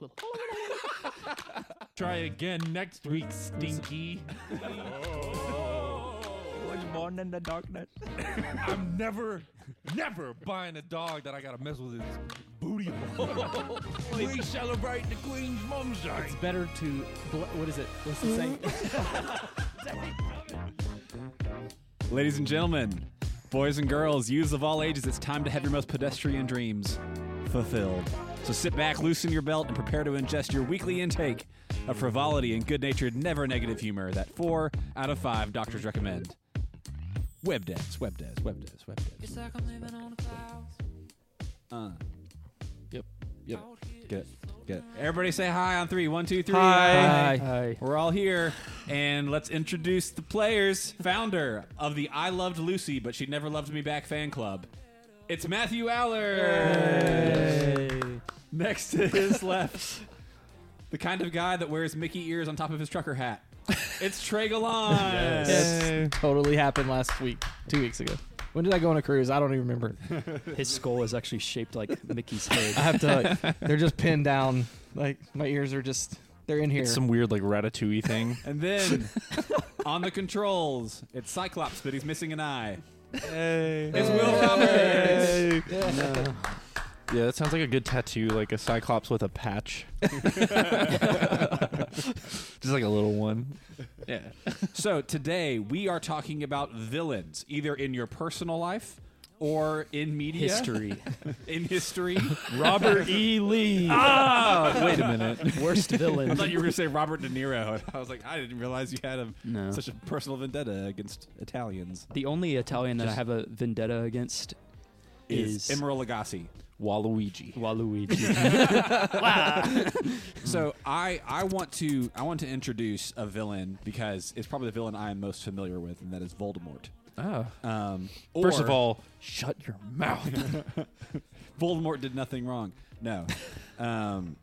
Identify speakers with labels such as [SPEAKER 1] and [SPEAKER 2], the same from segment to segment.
[SPEAKER 1] little.
[SPEAKER 2] Try again next week, Stinky.
[SPEAKER 3] Good morning, the darkness.
[SPEAKER 2] I'm never, never buying a dog that I gotta mess with his booty hole. we celebrate the Queen's Mum's Day.
[SPEAKER 1] It's better to. Bl- what is it? What's the saying?
[SPEAKER 4] Mm-hmm.
[SPEAKER 3] Ladies and gentlemen, boys and girls, youths of all ages, it's time to have your most pedestrian dreams fulfilled. So sit back, loosen your belt, and prepare to ingest your weekly intake of frivolity and good natured, never negative humor that four out of five doctors recommend. Web devs, web devs, web devs, web devs.
[SPEAKER 5] It's like I'm living on a cloud.
[SPEAKER 1] yep.
[SPEAKER 3] Yep. Get it. Get it. Everybody say hi on three. One, two, three.
[SPEAKER 2] Hi.
[SPEAKER 1] Hi.
[SPEAKER 3] We're all here, and let's introduce the players. Founder of the I Loved Lucy, but She Never Loved Me Back fan club. It's Matthew Aller. Next to his left, the kind of guy that wears Mickey ears on top of his trucker hat. It's Trey Galan.
[SPEAKER 1] Yes. Totally happened last week, two weeks ago. When did I go on a cruise? I don't even remember.
[SPEAKER 4] His skull is actually shaped like Mickey's head.
[SPEAKER 1] I have to. Like, they're just pinned down. Like my ears are just. They're in here.
[SPEAKER 2] Some weird like ratatouille thing.
[SPEAKER 3] And then on the controls, it's Cyclops, but he's missing an eye. It's Will Roberts.
[SPEAKER 2] Yeah, that sounds like a good tattoo, like a cyclops with a patch. Just like a little one.
[SPEAKER 3] Yeah. so today we are talking about villains, either in your personal life or in media
[SPEAKER 4] History.
[SPEAKER 3] In history,
[SPEAKER 2] Robert E. Lee.
[SPEAKER 3] ah, wait a minute.
[SPEAKER 4] Worst
[SPEAKER 3] I
[SPEAKER 4] villain.
[SPEAKER 3] thought you were going to say Robert De Niro, and I was like, I didn't realize you had a,
[SPEAKER 4] No.
[SPEAKER 3] such a personal vendetta against Italians.
[SPEAKER 4] The only Italian that I have a vendetta against is,
[SPEAKER 3] Emeril Lagasse?
[SPEAKER 2] Waluigi.
[SPEAKER 4] Waluigi.
[SPEAKER 2] Hmm.
[SPEAKER 3] So I, I want to I want to introduce a villain because it's probably the villain I am most familiar with, and that is Voldemort.
[SPEAKER 2] Oh.
[SPEAKER 3] Um,
[SPEAKER 2] First of
[SPEAKER 3] or-
[SPEAKER 2] all, shut your mouth.
[SPEAKER 3] Voldemort did nothing wrong. No. Um,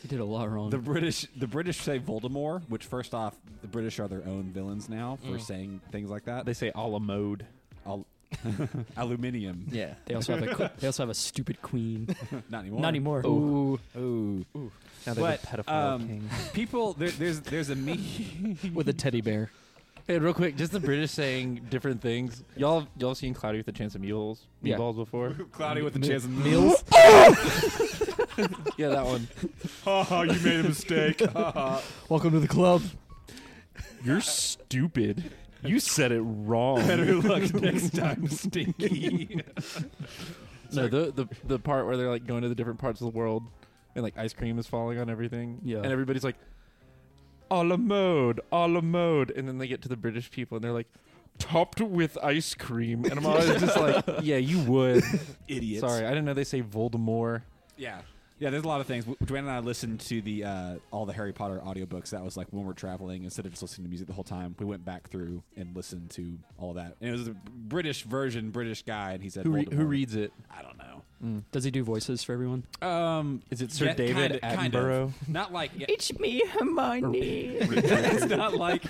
[SPEAKER 4] he did a lot wrong.
[SPEAKER 3] The British, the British say Voldemort, which first off, the British are their own villains now for saying things like that.
[SPEAKER 2] Mm. they say a la mode.
[SPEAKER 3] Al- aluminium,
[SPEAKER 4] yeah. They also have a que- they also have a stupid queen.
[SPEAKER 3] not anymore.
[SPEAKER 4] Not anymore.
[SPEAKER 1] Ooh.
[SPEAKER 3] Ooh.
[SPEAKER 2] Now they're
[SPEAKER 3] But
[SPEAKER 2] the pedophile
[SPEAKER 3] um,
[SPEAKER 2] king.
[SPEAKER 3] people, there, there's there's a me.
[SPEAKER 1] With a teddy bear.
[SPEAKER 2] Hey, real quick, just the British saying different things. Y'all, y'all seen Cloudy with a Chance of Mules,
[SPEAKER 1] Yeah.
[SPEAKER 2] meatballs before?
[SPEAKER 3] Cloudy with a chance.
[SPEAKER 1] Meals.
[SPEAKER 2] yeah, that one.
[SPEAKER 3] oh, you made a mistake.
[SPEAKER 1] Welcome to the club.
[SPEAKER 2] You're stupid. You said it wrong.
[SPEAKER 3] Better luck next time, Stinky.
[SPEAKER 2] No, the, the the part where they're like going to the different parts of the world, and like ice cream is falling on everything.
[SPEAKER 4] Yeah.
[SPEAKER 2] and everybody's like, "A la mode, a la mode," and then they get to the British people and they're like, "Topped with ice cream," and I'm always just like, "Yeah, you would."
[SPEAKER 3] Idiots.
[SPEAKER 2] Sorry, I didn't know they say Voldemort.
[SPEAKER 3] Yeah. Yeah, there's a lot of things. Dwayne and I listened to the uh, all the Harry Potter audiobooks. That was like when we're traveling, instead of just listening to music the whole time, we went back through and listened to all that. And it was a British version, British guy, and he said,
[SPEAKER 2] Who re- who
[SPEAKER 3] Voldemort.
[SPEAKER 2] reads it?
[SPEAKER 3] I don't know.
[SPEAKER 4] Does he do voices for everyone?
[SPEAKER 3] Um,
[SPEAKER 2] Is it Sir David Attenborough?
[SPEAKER 3] Not like yeah,
[SPEAKER 4] It's me, Hermione.
[SPEAKER 3] it's not like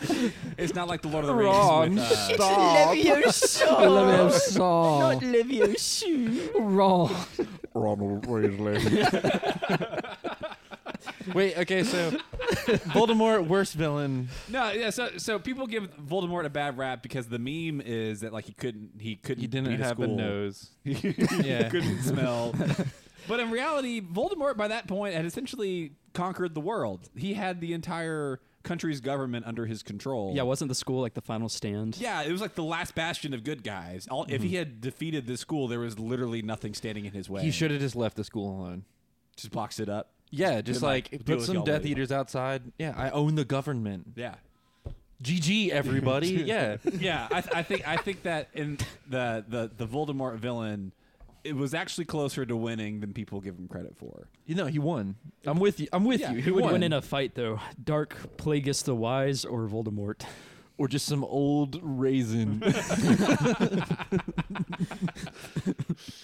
[SPEAKER 3] it's not like the Lord of the Rings.
[SPEAKER 2] Wrong.
[SPEAKER 3] With, uh,
[SPEAKER 2] Stop. Oh.
[SPEAKER 1] Love your song. Wrong.
[SPEAKER 2] Ronald Weasley. Wait, okay, so Voldemort, worst villain.
[SPEAKER 3] no, yeah. So so people give Voldemort a bad rap because the meme is that like he couldn't he couldn't
[SPEAKER 2] He didn't
[SPEAKER 3] beat
[SPEAKER 2] have
[SPEAKER 3] school.
[SPEAKER 2] a nose.
[SPEAKER 3] yeah.
[SPEAKER 2] Yeah.
[SPEAKER 3] couldn't smell. but in reality, Voldemort by that point had essentially conquered the world. He had the entire country's government under his control.
[SPEAKER 4] Yeah, wasn't the school like the final stand?
[SPEAKER 3] yeah, it was like the last bastion of good guys. All, If he had defeated this school, there was literally nothing standing in his way.
[SPEAKER 2] Mm-hmm. He should have just left the school alone.
[SPEAKER 3] just boxed it up.
[SPEAKER 2] Yeah, just
[SPEAKER 3] Been like,
[SPEAKER 2] like,
[SPEAKER 3] deal
[SPEAKER 2] put
[SPEAKER 3] with
[SPEAKER 2] some
[SPEAKER 3] y'all
[SPEAKER 2] Death
[SPEAKER 3] later.
[SPEAKER 2] Eaters outside. Yeah, I own the government.
[SPEAKER 3] Yeah,
[SPEAKER 2] GG, everybody. yeah.
[SPEAKER 3] yeah. I, th- I think I think that in the the the Voldemort villain, it was actually closer to winning than people give him credit for.
[SPEAKER 2] You know, he won. I'm with you. I'm with
[SPEAKER 3] Yeah,
[SPEAKER 2] you.
[SPEAKER 3] he
[SPEAKER 2] He
[SPEAKER 4] Who would
[SPEAKER 2] won.
[SPEAKER 4] win in a fight though? Dark Plagueis the Wise or Voldemort?
[SPEAKER 2] or just some old raisin.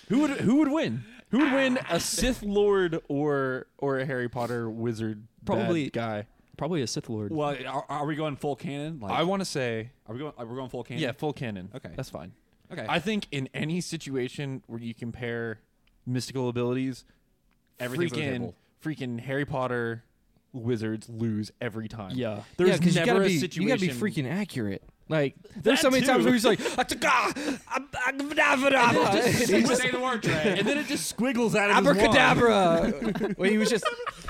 [SPEAKER 2] who would who would win? Who would win a Sith Lord or or a Harry Potter wizard bad
[SPEAKER 4] Probably-
[SPEAKER 2] guy?
[SPEAKER 4] Probably a Sith Lord.
[SPEAKER 3] Well, are, are we going full canon? Like,
[SPEAKER 2] I want to say
[SPEAKER 3] are we going? Are we going full canon?
[SPEAKER 2] yeah, full canon.
[SPEAKER 3] Okay.
[SPEAKER 2] That's fine.
[SPEAKER 3] Okay.
[SPEAKER 2] I think in any situation where you compare mystical abilities,
[SPEAKER 3] Everything's on the
[SPEAKER 2] freaking
[SPEAKER 3] table.
[SPEAKER 2] freaking Harry Potter wizards lose every time.
[SPEAKER 4] Yeah.
[SPEAKER 1] yeah,
[SPEAKER 2] There's
[SPEAKER 1] 'cause
[SPEAKER 2] never
[SPEAKER 1] you gotta
[SPEAKER 2] a
[SPEAKER 1] be,
[SPEAKER 2] situation.
[SPEAKER 1] You gotta be freaking accurate. Like there's
[SPEAKER 2] That
[SPEAKER 1] so many times
[SPEAKER 2] too.
[SPEAKER 1] where he's like, ah, "Ataka, ab- abracadabra,"
[SPEAKER 3] say the word,
[SPEAKER 2] and then it just squiggles out of his wand.
[SPEAKER 1] abracadabra. Well, he was just,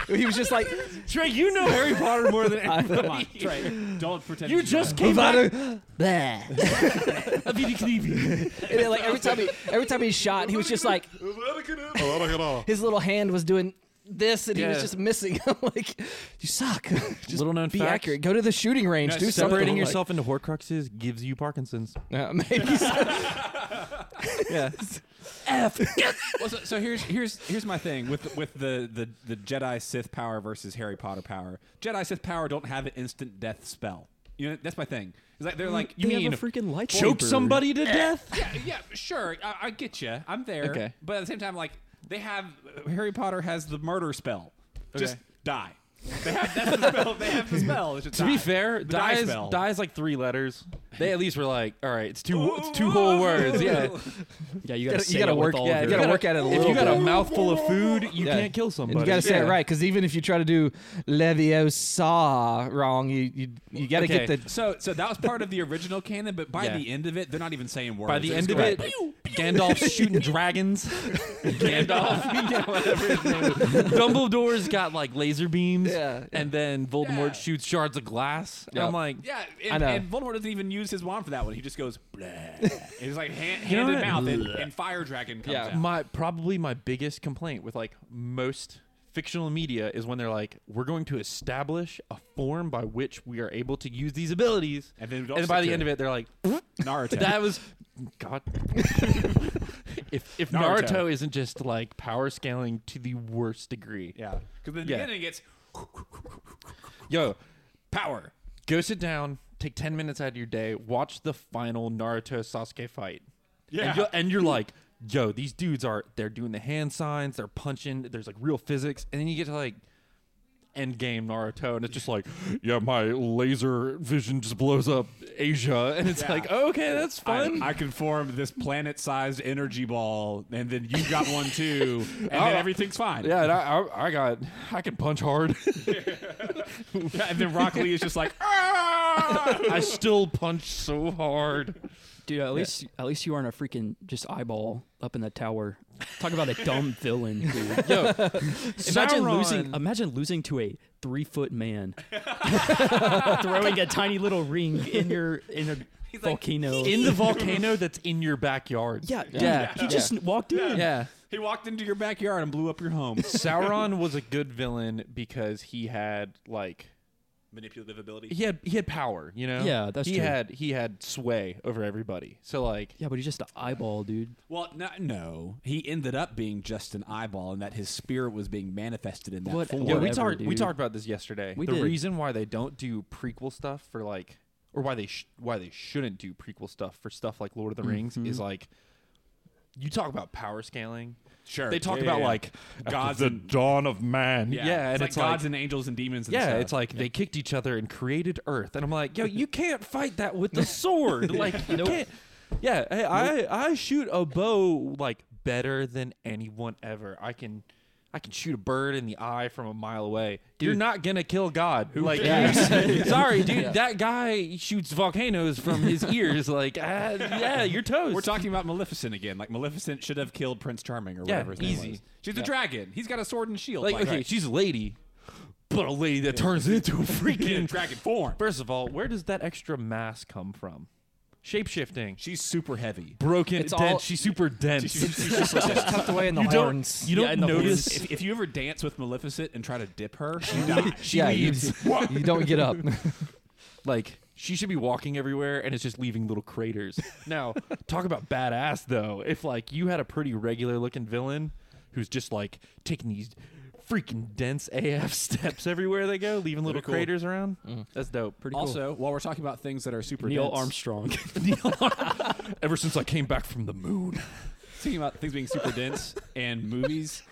[SPEAKER 1] he was just like,
[SPEAKER 2] Trey, you know Harry Potter more than
[SPEAKER 1] I-
[SPEAKER 2] everybody.
[SPEAKER 3] Don't pretend.
[SPEAKER 2] You
[SPEAKER 3] that
[SPEAKER 2] just came
[SPEAKER 3] don't.
[SPEAKER 2] E back.
[SPEAKER 1] "Vada, blah." And then, like every time he, every time he shot, he was just like, his little hand was doing this, and he was
[SPEAKER 2] Yeah.
[SPEAKER 1] just missing. I'm like, you suck. just
[SPEAKER 2] Little known
[SPEAKER 1] be
[SPEAKER 2] fact.
[SPEAKER 1] accurate. Go to the shooting range.
[SPEAKER 3] No,
[SPEAKER 1] do something.
[SPEAKER 2] Separating
[SPEAKER 1] Like-
[SPEAKER 2] yourself into Horcruxes gives you Parkinson's.
[SPEAKER 1] Uh, maybe. so.
[SPEAKER 2] Yeah.
[SPEAKER 3] Well, so, so here's here's here's my thing with with the, the the Jedi Sith power versus Harry Potter power. Jedi Sith power don't have an instant death spell. You know that's my thing. It's like they're like
[SPEAKER 4] You
[SPEAKER 3] they
[SPEAKER 4] mean
[SPEAKER 3] have a freak-
[SPEAKER 4] freaking lightsaber?
[SPEAKER 2] Choke somebody
[SPEAKER 4] Eh.
[SPEAKER 2] to death?
[SPEAKER 3] yeah yeah sure I, I get you I'm there.
[SPEAKER 4] Okay.
[SPEAKER 3] but at the same time like they have Harry Potter has the murder spell. Just
[SPEAKER 2] Okay.
[SPEAKER 3] die. They have that's the spell. They have the spell. It's just
[SPEAKER 2] To
[SPEAKER 3] die.
[SPEAKER 2] be fair,
[SPEAKER 3] The die
[SPEAKER 2] dies
[SPEAKER 3] spell.
[SPEAKER 2] dies like three letters. They at least were like, all right, it's two it's two whole words. Yeah,
[SPEAKER 4] Yeah, you gotta,
[SPEAKER 1] you gotta work. Yeah, you gotta work at it a
[SPEAKER 2] if
[SPEAKER 1] little
[SPEAKER 2] you got
[SPEAKER 1] bit.
[SPEAKER 2] a mouthful of food, you
[SPEAKER 1] Yeah.
[SPEAKER 2] can't kill somebody.
[SPEAKER 1] And you got to say it
[SPEAKER 2] Yeah.
[SPEAKER 1] right because even if you try to do Leviosa wrong, you you, you got to
[SPEAKER 2] Okay.
[SPEAKER 1] get the.
[SPEAKER 3] So so that was part of the original canon, but by
[SPEAKER 2] Yeah.
[SPEAKER 3] the end of it, they're not even saying words.
[SPEAKER 2] By the
[SPEAKER 3] They're
[SPEAKER 2] end
[SPEAKER 3] just
[SPEAKER 2] of
[SPEAKER 3] going,
[SPEAKER 2] it, Gandalf's shooting dragons. Gandalf, yeah, whatever his name is. Dumbledore's got like laser beams,
[SPEAKER 1] Yeah,
[SPEAKER 2] and then Voldemort
[SPEAKER 3] Yeah.
[SPEAKER 2] shoots shards of glass. And I'm like,
[SPEAKER 3] Yeah,
[SPEAKER 1] I
[SPEAKER 3] and,
[SPEAKER 1] know.
[SPEAKER 3] and Voldemort doesn't even use his wand for that one. He just goes, bleh. It was like hand, hand
[SPEAKER 2] You know
[SPEAKER 3] in
[SPEAKER 2] what?
[SPEAKER 3] mouth, and, and fire dragon comes
[SPEAKER 1] Yeah.
[SPEAKER 3] out.
[SPEAKER 2] my probably my biggest complaint with like most fictional media is when they're like, we're going to establish a form by which we are able to use these abilities,
[SPEAKER 3] And then we don't
[SPEAKER 2] and by
[SPEAKER 3] stick
[SPEAKER 2] the
[SPEAKER 3] to
[SPEAKER 2] end
[SPEAKER 3] it.
[SPEAKER 2] of it, they're like,
[SPEAKER 3] Naruto.
[SPEAKER 2] That was God. if if
[SPEAKER 3] Naruto.
[SPEAKER 2] Naruto. isn't just like power scaling to the worst degree,
[SPEAKER 3] yeah, because the
[SPEAKER 2] Yeah.
[SPEAKER 3] beginning it's
[SPEAKER 2] yo,
[SPEAKER 3] power.
[SPEAKER 2] go sit down, take ten minutes out of your day, watch the final Naruto Sasuke fight,
[SPEAKER 3] Yeah.
[SPEAKER 2] and, you'll, and you're like, yo, these dudes are they're doing the hand signs, they're punching, there's like real physics, and then you get to like. End game Naruto, and it's just like, yeah, my laser vision just blows up Asia, and it's
[SPEAKER 3] Yeah.
[SPEAKER 2] like, okay, that's fun.
[SPEAKER 3] I, I can form this planet-sized energy ball, and then you got one too, and
[SPEAKER 2] Oh.
[SPEAKER 3] then everything's fine.
[SPEAKER 2] Yeah, and I, I, I got, I can punch hard.
[SPEAKER 3] Yeah, and then Rock Lee is just like, ah!
[SPEAKER 2] I still punch so hard.
[SPEAKER 4] Dude, at least at least you aren't a freaking just eyeball up in the tower. Talk about a dumb villain, dude.
[SPEAKER 2] Yo,
[SPEAKER 4] Imagine
[SPEAKER 2] Sauron-
[SPEAKER 4] losing imagine losing to a three foot man throwing a tiny little ring in your in a volcano.
[SPEAKER 2] in the volcano that's in your backyard.
[SPEAKER 4] yeah, dude,
[SPEAKER 2] Yeah.
[SPEAKER 4] He just walked in.
[SPEAKER 2] yeah.
[SPEAKER 3] he walked into your backyard and blew up your home.
[SPEAKER 2] Sauron was a good villain because he had like
[SPEAKER 3] Manipulative ability.
[SPEAKER 2] he had he had power, you know.
[SPEAKER 4] Yeah, that's
[SPEAKER 2] he
[SPEAKER 4] true.
[SPEAKER 2] had he had sway over everybody. So like,
[SPEAKER 4] Yeah, but he's just an eyeball, dude.
[SPEAKER 3] Well, no, no, he ended up being just an eyeball, and that his spirit was being manifested in that
[SPEAKER 4] What-
[SPEAKER 3] form.
[SPEAKER 2] yeah, we
[SPEAKER 4] Whatever,
[SPEAKER 2] talked we
[SPEAKER 4] dude.
[SPEAKER 2] talked about this yesterday.
[SPEAKER 4] We
[SPEAKER 2] the
[SPEAKER 4] did.
[SPEAKER 2] reason why they don't do prequel stuff for like, or why they sh- why they shouldn't do prequel stuff for stuff like Lord of the Rings is
[SPEAKER 4] Mm-hmm.
[SPEAKER 2] like, you talk about power scaling.
[SPEAKER 3] Sure.
[SPEAKER 2] They talk
[SPEAKER 3] Yeah,
[SPEAKER 2] about
[SPEAKER 3] yeah, yeah.
[SPEAKER 2] like
[SPEAKER 3] Gods
[SPEAKER 2] the
[SPEAKER 3] and-
[SPEAKER 2] dawn of man. Yeah, and
[SPEAKER 3] it's,
[SPEAKER 2] it's,
[SPEAKER 3] like gods and angels and demons. And
[SPEAKER 2] yeah,
[SPEAKER 3] stuff.
[SPEAKER 2] it's like they kicked each other and created Earth, and I'm like, yo, you can't fight that with the sword. like, you
[SPEAKER 4] Nope.
[SPEAKER 2] can't. Yeah, hey, I I shoot a bow like better than anyone ever. I can. I can shoot a bird in the eye from a mile away. You're not gonna kill God. like, you- sorry, dude. That guy shoots volcanoes from his ears. Like, ah, yeah, you're toast.
[SPEAKER 3] We're talking about Maleficent again. Like Maleficent should have killed Prince Charming or
[SPEAKER 2] Yeah,
[SPEAKER 3] whatever his
[SPEAKER 2] easy.
[SPEAKER 3] name was. She's a dragon. He's got a sword and shield.
[SPEAKER 2] like, okay, she's a lady, but a lady that turns into a
[SPEAKER 3] in
[SPEAKER 2] freaking
[SPEAKER 3] dragon form.
[SPEAKER 2] First of all, where does that extra mass come from? Shape shifting.
[SPEAKER 3] She's super heavy.
[SPEAKER 2] Broken.
[SPEAKER 1] It's
[SPEAKER 2] dense.
[SPEAKER 1] all-
[SPEAKER 2] She's super dense.
[SPEAKER 1] tucked away in the
[SPEAKER 2] you
[SPEAKER 1] horns.
[SPEAKER 2] don't. You don't
[SPEAKER 4] in the
[SPEAKER 2] notice.
[SPEAKER 3] If, if you ever dance with Maleficent and try to dip her, she dies.
[SPEAKER 2] She
[SPEAKER 1] yeah, you,
[SPEAKER 2] leaves.
[SPEAKER 1] you don't get up.
[SPEAKER 2] Like she should be walking everywhere, and it's just leaving little craters. Now, talk about badass though. If like you had a pretty regular looking villain who's just like taking these freaking dense AF steps everywhere they go, leaving little
[SPEAKER 3] cool.
[SPEAKER 2] craters around. That's dope.
[SPEAKER 4] Pretty cool.
[SPEAKER 3] Also, while we're talking about things that are super
[SPEAKER 4] Neil
[SPEAKER 3] dense,
[SPEAKER 4] Armstrong.
[SPEAKER 2] Ever since I came back from the moon.
[SPEAKER 3] Speaking about things being super dense and movies,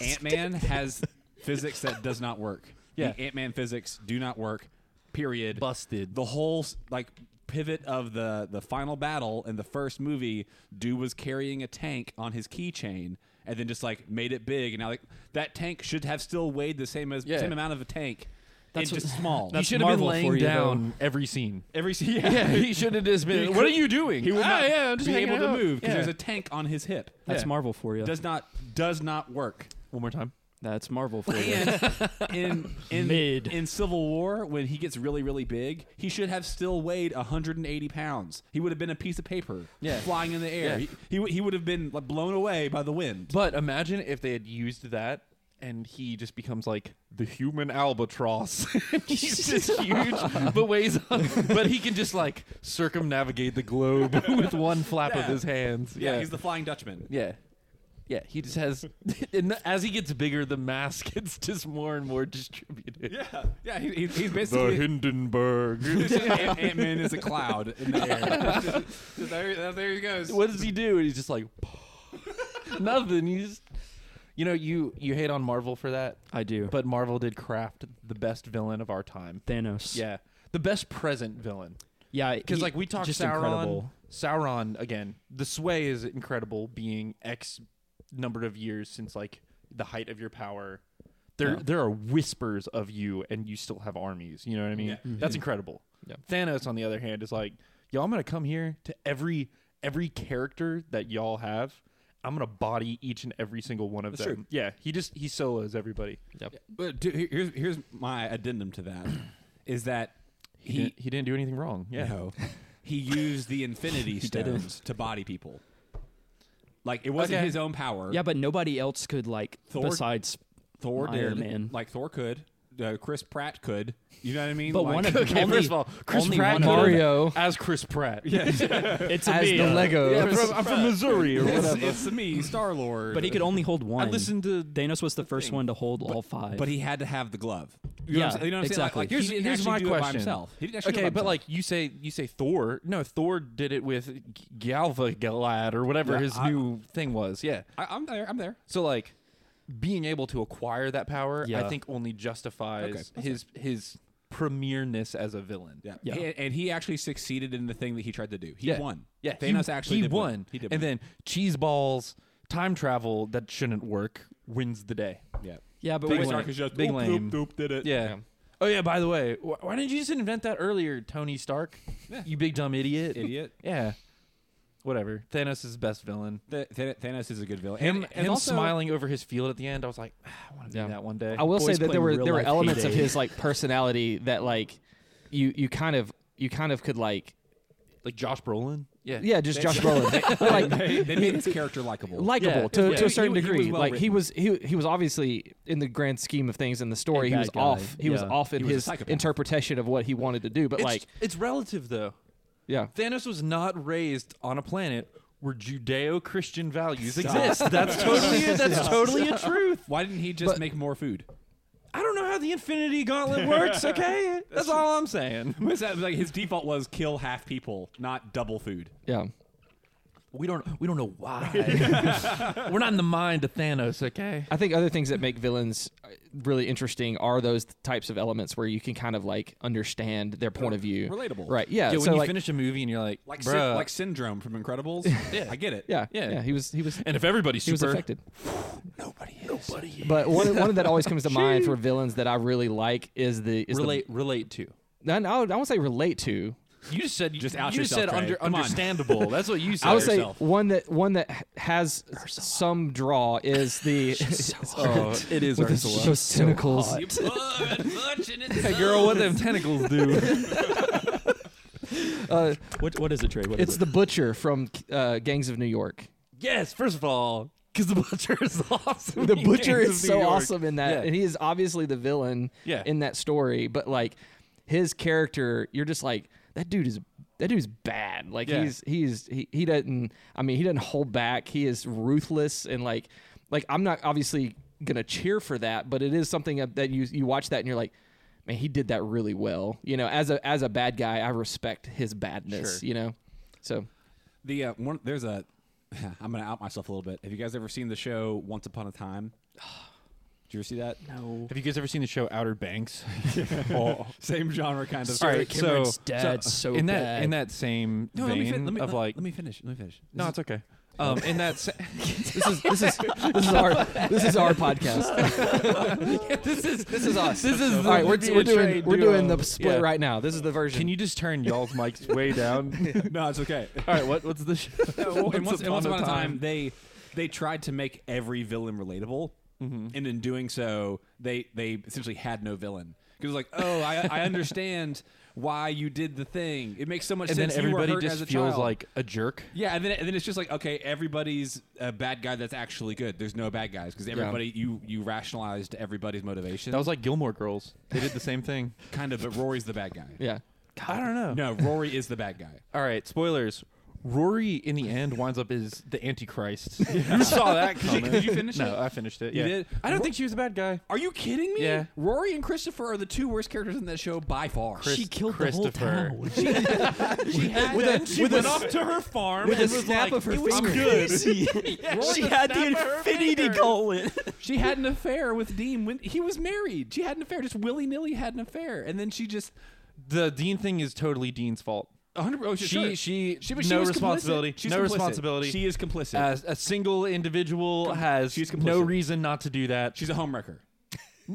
[SPEAKER 3] Ant Man has physics that does not work.
[SPEAKER 2] Yeah.
[SPEAKER 3] Ant Man physics do not work. Period.
[SPEAKER 2] Busted.
[SPEAKER 3] The whole s- like pivot of the the final battle in the first movie, dude was carrying a tank on his keychain. and then just like made it big. And now like that tank should have still weighed the same as
[SPEAKER 2] Yeah.
[SPEAKER 3] same amount of a tank. That's
[SPEAKER 4] That's what-
[SPEAKER 3] just small.
[SPEAKER 2] you
[SPEAKER 4] That's
[SPEAKER 2] should have been
[SPEAKER 4] Marvel for
[SPEAKER 2] laying
[SPEAKER 4] you,
[SPEAKER 2] down every scene.
[SPEAKER 3] Every yeah,
[SPEAKER 2] Yeah, he should have just been.
[SPEAKER 3] He
[SPEAKER 2] what are
[SPEAKER 3] could-
[SPEAKER 2] you doing?
[SPEAKER 3] he would
[SPEAKER 2] Ah,
[SPEAKER 3] not
[SPEAKER 2] yeah, I'm just
[SPEAKER 3] be
[SPEAKER 2] hanging
[SPEAKER 3] able
[SPEAKER 2] out."
[SPEAKER 3] to move because
[SPEAKER 2] Yeah.
[SPEAKER 3] there's a tank on his hip.
[SPEAKER 4] That's
[SPEAKER 3] Yeah.
[SPEAKER 4] Marvel for you.
[SPEAKER 3] Does not does not work.
[SPEAKER 2] One more time.
[SPEAKER 4] That's Marvel for you.
[SPEAKER 3] And in in
[SPEAKER 4] Mid.
[SPEAKER 3] in Civil War, when he gets really really big, he should have still weighed 180 pounds. He would have been a piece of paper,
[SPEAKER 2] Yeah.
[SPEAKER 3] flying in the air.
[SPEAKER 2] Yeah.
[SPEAKER 3] He, he would- he would have been like, blown away by the wind.
[SPEAKER 2] But imagine if they had used that and he just becomes like the human albatross. He's just huge, but weighs up. But he can just like circumnavigate the globe with one flap of
[SPEAKER 3] Yeah.
[SPEAKER 2] his hands. Yeah.
[SPEAKER 3] yeah, he's the Flying Dutchman.
[SPEAKER 2] yeah. Yeah, he just has. And as he gets bigger, the mass gets just more and more distributed.
[SPEAKER 3] Yeah, yeah, he, he- he's basically
[SPEAKER 2] Hindenburg.
[SPEAKER 3] Ant- Ant-Man is a cloud in the air. Just- just there, uh, there he goes.
[SPEAKER 2] what does he do? And he's just like, nothing. He's, you know, you you hate on Marvel for that,
[SPEAKER 4] I do.
[SPEAKER 2] but Marvel did craft the best villain of our time.
[SPEAKER 4] Thanos.
[SPEAKER 2] Yeah, the best present villain.
[SPEAKER 4] Yeah.
[SPEAKER 2] Because
[SPEAKER 4] he-
[SPEAKER 2] like we talked
[SPEAKER 4] just
[SPEAKER 2] Sauron,
[SPEAKER 4] incredible.
[SPEAKER 2] Sauron again. The sway is incredible, being X number of years since like the height of your power. There, there are whispers of you, and you still have armies. You know what I mean?
[SPEAKER 3] Yeah.
[SPEAKER 2] That's incredible.
[SPEAKER 1] Yep.
[SPEAKER 2] Thanos, on the other hand, is like, yo, I'm gonna come here to every every character that y'all have. I'm gonna body each and every single one of
[SPEAKER 3] That's
[SPEAKER 2] them.
[SPEAKER 3] true.
[SPEAKER 2] Yeah, he just he solos everybody.
[SPEAKER 3] But dude, here- here's here's my addendum to that is that
[SPEAKER 2] He
[SPEAKER 3] he
[SPEAKER 2] didn't, he didn't do anything wrong. Yeah,
[SPEAKER 3] no, he used the Infinity Stones to body people. Like it wasn't
[SPEAKER 2] Okay.
[SPEAKER 3] his own power.
[SPEAKER 4] Yeah, but nobody else could like
[SPEAKER 3] Thor-
[SPEAKER 4] besides
[SPEAKER 3] Thor did.
[SPEAKER 4] Iron Man.
[SPEAKER 3] Like Thor could. Uh, Chris Pratt could. You know what I mean?
[SPEAKER 4] But
[SPEAKER 3] Like-
[SPEAKER 4] one of
[SPEAKER 2] Okay,
[SPEAKER 4] Only-
[SPEAKER 2] first of all, Chris
[SPEAKER 4] only
[SPEAKER 2] Pratt
[SPEAKER 4] one
[SPEAKER 1] Mario.
[SPEAKER 2] Mario as Chris Pratt. Yeah,
[SPEAKER 4] it's
[SPEAKER 1] as the Lego.
[SPEAKER 2] Yeah, I'm, from, I'm from Missouri or
[SPEAKER 3] it's,
[SPEAKER 2] whatever.
[SPEAKER 3] it's me, Star Lord.
[SPEAKER 4] But he could only hold one.
[SPEAKER 2] I listened to.
[SPEAKER 4] Thanos was the first one to hold all five.
[SPEAKER 3] But he had to have the glove. You know what
[SPEAKER 4] Yeah,
[SPEAKER 3] I'm saying? You know what I'm saying? Like-
[SPEAKER 4] exactly.
[SPEAKER 3] Like, here's,
[SPEAKER 2] Here's-
[SPEAKER 3] he didn't
[SPEAKER 2] here's
[SPEAKER 3] actually
[SPEAKER 2] my
[SPEAKER 3] do It by
[SPEAKER 2] question.
[SPEAKER 3] himself. He didn't actually do it
[SPEAKER 2] Okay,
[SPEAKER 3] by
[SPEAKER 2] but
[SPEAKER 3] himself.
[SPEAKER 2] like you say, you say Thor. No, Thor did it with G- Galvagalad or whatever
[SPEAKER 3] Yeah,
[SPEAKER 2] his
[SPEAKER 3] I-
[SPEAKER 2] new thing was. Yeah.
[SPEAKER 3] I, I'm there. I'm there.
[SPEAKER 2] So like, being able to acquire that power, I
[SPEAKER 4] Yeah.
[SPEAKER 2] think only
[SPEAKER 3] Okay,
[SPEAKER 2] justifies
[SPEAKER 3] that's
[SPEAKER 2] his his premierness as a villain.
[SPEAKER 3] Yeah.
[SPEAKER 4] Yeah.
[SPEAKER 3] And, and he actually succeeded in the thing that he tried to do. He
[SPEAKER 2] Yeah.
[SPEAKER 3] won.
[SPEAKER 2] Yeah, he-
[SPEAKER 3] Thanos actually
[SPEAKER 2] he
[SPEAKER 3] did
[SPEAKER 2] won.
[SPEAKER 3] win. He did.
[SPEAKER 2] and
[SPEAKER 3] win.
[SPEAKER 2] then cheese balls, time travel that shouldn't work wins the day.
[SPEAKER 3] yeah.
[SPEAKER 4] yeah, but
[SPEAKER 2] Big
[SPEAKER 4] wait,
[SPEAKER 2] lame.
[SPEAKER 3] Stark is just
[SPEAKER 2] Big
[SPEAKER 3] oop,
[SPEAKER 2] lame.
[SPEAKER 3] oop, oop, did it.
[SPEAKER 2] Yeah. Oh yeah. By the way, wh- why didn't you just invent that earlier, Tony Stark?
[SPEAKER 3] Yeah.
[SPEAKER 2] You big dumb idiot.
[SPEAKER 3] Idiot.
[SPEAKER 2] yeah. Whatever. Thanos is the best villain.
[SPEAKER 3] Th- Th- Thanos is a good villain.
[SPEAKER 2] Him,
[SPEAKER 3] and, and
[SPEAKER 2] him
[SPEAKER 3] also,
[SPEAKER 2] smiling over his field at the end. I was like, "Ah, I want to do
[SPEAKER 1] Yeah.
[SPEAKER 2] that one day.
[SPEAKER 1] I will say
[SPEAKER 4] Boys
[SPEAKER 1] that there
[SPEAKER 4] playing
[SPEAKER 1] were
[SPEAKER 4] real
[SPEAKER 1] there were
[SPEAKER 4] life
[SPEAKER 1] elements of
[SPEAKER 4] heyday.
[SPEAKER 1] his like personality that like you you kind of you kind of could like
[SPEAKER 2] like Josh Brolin. Yeah.
[SPEAKER 1] yeah just Josh Brolin like
[SPEAKER 3] They, they made his character likable.
[SPEAKER 1] likable
[SPEAKER 2] Yeah.
[SPEAKER 1] to,
[SPEAKER 2] Yeah.
[SPEAKER 1] to
[SPEAKER 2] He-
[SPEAKER 1] a certain
[SPEAKER 3] he- he was
[SPEAKER 1] degree
[SPEAKER 3] well
[SPEAKER 1] like he was he he was obviously in the grand scheme of things in the story
[SPEAKER 4] A
[SPEAKER 1] he
[SPEAKER 4] bad
[SPEAKER 1] was
[SPEAKER 4] guy.
[SPEAKER 1] off he was
[SPEAKER 4] Yeah.
[SPEAKER 1] off in
[SPEAKER 3] He was a
[SPEAKER 1] his
[SPEAKER 3] psychopath.
[SPEAKER 1] interpretation of what he wanted to do but
[SPEAKER 2] It's,
[SPEAKER 1] like
[SPEAKER 2] it's relative though.
[SPEAKER 1] yeah
[SPEAKER 2] Thanos was not raised on a planet where Judeo-Christian values exist. That's totally that's totally a truth.
[SPEAKER 3] Why didn't he just make more food?
[SPEAKER 2] I don't know how the Infinity Gauntlet works. Okay, that's all I'm saying.
[SPEAKER 3] Was that, like his default was kill half people, not double food.
[SPEAKER 1] yeah
[SPEAKER 2] We don't we don't know why. We're not in the mind of Thanos, okay?
[SPEAKER 1] I think other things that make villains uh, really interesting are those types of elements where you can kind of like understand their point of view
[SPEAKER 3] Relatable.
[SPEAKER 1] right yeah,
[SPEAKER 2] Yeah, when
[SPEAKER 1] so
[SPEAKER 2] you
[SPEAKER 1] like
[SPEAKER 2] finish a movie and you're like,
[SPEAKER 3] Like
[SPEAKER 2] like,
[SPEAKER 3] Syn-
[SPEAKER 2] bruh.
[SPEAKER 3] like syndrome from Incredibles. I get it.
[SPEAKER 1] yeah,
[SPEAKER 2] Yeah.
[SPEAKER 1] yeah he was he was
[SPEAKER 2] and if everybody's
[SPEAKER 1] he was
[SPEAKER 2] super,
[SPEAKER 1] affected
[SPEAKER 2] nobody is. Nobody is.
[SPEAKER 1] But one, one that always comes to mind for villains that I really like is the is
[SPEAKER 2] relate relate to.
[SPEAKER 1] The, no, I would- I won't say relate to.
[SPEAKER 2] You just said
[SPEAKER 3] Just out
[SPEAKER 2] You
[SPEAKER 3] yourself,
[SPEAKER 2] said
[SPEAKER 3] Trey.
[SPEAKER 2] under,
[SPEAKER 3] Come on.
[SPEAKER 2] understandable. That's what you said.
[SPEAKER 1] I would say
[SPEAKER 3] yourself.
[SPEAKER 1] one that one that h- has some draw is the
[SPEAKER 2] oh, it is Ursula.
[SPEAKER 1] those tentacles.
[SPEAKER 2] Hey, girl, what them tentacles do?
[SPEAKER 1] Uh,
[SPEAKER 4] what, what is it, Trey? What is
[SPEAKER 1] it's
[SPEAKER 4] it?
[SPEAKER 1] the butcher from uh, Gangs of New York.
[SPEAKER 2] yes, first of all, because the butcher is awesome.
[SPEAKER 1] The
[SPEAKER 2] He
[SPEAKER 1] butcher
[SPEAKER 2] came
[SPEAKER 1] is
[SPEAKER 2] to New
[SPEAKER 1] so
[SPEAKER 2] York.
[SPEAKER 1] awesome in that,
[SPEAKER 2] Yeah.
[SPEAKER 1] and he is obviously the villain
[SPEAKER 2] Yeah.
[SPEAKER 1] in that story. But like his character, you're just like that dude is that dude's bad. Like
[SPEAKER 2] Yeah.
[SPEAKER 1] he's he's he, he doesn't. I mean, he doesn't hold back. He is ruthless and like like I'm not obviously gonna cheer for that, but it is something that- that you you watch that and you're like. Man, he did that really well. You know, as a as a bad guy, I respect his badness.
[SPEAKER 2] Sure.
[SPEAKER 1] You know, so
[SPEAKER 3] The uh, one there's a I'm gonna out myself a little bit. Have you guys ever seen the show Once Upon a Time? Did you ever see that?
[SPEAKER 4] no.
[SPEAKER 2] Have you guys ever seen the show Outer Banks? Oh.
[SPEAKER 3] Same genre kind of.
[SPEAKER 2] All
[SPEAKER 4] Sorry,
[SPEAKER 2] right, so,
[SPEAKER 4] Cameron's dad's so
[SPEAKER 2] in that
[SPEAKER 4] bad.
[SPEAKER 2] in that same
[SPEAKER 3] No,
[SPEAKER 2] vein
[SPEAKER 3] let me, fin- let me
[SPEAKER 2] of
[SPEAKER 3] let-
[SPEAKER 2] like,
[SPEAKER 3] Let me finish. Let me finish.
[SPEAKER 2] no,
[SPEAKER 3] This
[SPEAKER 2] it's okay.
[SPEAKER 3] is-
[SPEAKER 2] Um, in that, sa-
[SPEAKER 1] This is this is this is our this is our podcast.
[SPEAKER 2] this is
[SPEAKER 1] This is us.
[SPEAKER 2] This is
[SPEAKER 1] all right. We're,
[SPEAKER 2] the
[SPEAKER 1] we're doing
[SPEAKER 2] betrayed
[SPEAKER 1] we're doing
[SPEAKER 2] duo.
[SPEAKER 1] the split
[SPEAKER 2] Yeah.
[SPEAKER 1] right now. This is the version.
[SPEAKER 2] Can you just turn y'all's mics way down?
[SPEAKER 3] no, it's okay.
[SPEAKER 2] All right, what what's the show?
[SPEAKER 3] and once, and once upon a time, they they tried to make every villain relatable,
[SPEAKER 2] Mm-hmm.
[SPEAKER 3] and in doing so, they they essentially had no villain because like, oh, I, I understand why you did the thing. It makes so much
[SPEAKER 2] and then
[SPEAKER 3] sense. you were
[SPEAKER 2] everybody
[SPEAKER 3] hurt
[SPEAKER 2] just
[SPEAKER 3] as a
[SPEAKER 2] feels
[SPEAKER 3] child.
[SPEAKER 2] like a jerk.
[SPEAKER 3] Yeah, and then, and then it's just like okay, everybody's a bad guy that's actually good. There's no bad guys because everybody you you rationalized everybody's motivation.
[SPEAKER 2] That was like Gilmore Girls. They did the same thing.
[SPEAKER 3] kind of, but Rory's the bad guy.
[SPEAKER 1] yeah.
[SPEAKER 2] I don't know.
[SPEAKER 3] No, Rory is the bad guy.
[SPEAKER 2] All right, spoilers. Rory in the end winds up as the Antichrist. You saw that coming.
[SPEAKER 3] did you finish
[SPEAKER 2] no,
[SPEAKER 3] it?
[SPEAKER 2] I finished it.
[SPEAKER 3] You
[SPEAKER 2] Yeah.
[SPEAKER 3] did?
[SPEAKER 2] I don't think she was a bad guy.
[SPEAKER 3] Are you kidding me?
[SPEAKER 2] Yeah.
[SPEAKER 3] Rory and Christopher are the two worst characters in that show by far.
[SPEAKER 4] She killed the whole
[SPEAKER 2] Christopher.
[SPEAKER 4] town.
[SPEAKER 3] She had
[SPEAKER 1] With
[SPEAKER 3] that-
[SPEAKER 1] a-
[SPEAKER 3] she
[SPEAKER 1] with a
[SPEAKER 3] went
[SPEAKER 1] s-
[SPEAKER 3] off to her farm
[SPEAKER 1] With a
[SPEAKER 3] and was
[SPEAKER 1] snap
[SPEAKER 3] like,
[SPEAKER 1] of her
[SPEAKER 3] "It was
[SPEAKER 1] finger.
[SPEAKER 4] Crazy.
[SPEAKER 3] Rory
[SPEAKER 4] she had the
[SPEAKER 3] snapped her
[SPEAKER 4] infinity
[SPEAKER 3] finger.
[SPEAKER 4] gauntlet.
[SPEAKER 3] She had an affair with Dean when he was married. She had an affair, just willy nilly had an affair, and then she just
[SPEAKER 2] The Dean thing is totally Dean's fault.
[SPEAKER 3] 100. Oh, she
[SPEAKER 2] She-
[SPEAKER 3] sure.
[SPEAKER 2] she-
[SPEAKER 3] but
[SPEAKER 2] no
[SPEAKER 3] was complicit.
[SPEAKER 2] responsibility.
[SPEAKER 3] She's
[SPEAKER 2] No
[SPEAKER 3] complicit.
[SPEAKER 2] responsibility.
[SPEAKER 3] She is complicit.
[SPEAKER 2] Uh, a single individual has
[SPEAKER 3] she's complicit.
[SPEAKER 2] no reason not to do that.
[SPEAKER 3] she's a homewrecker.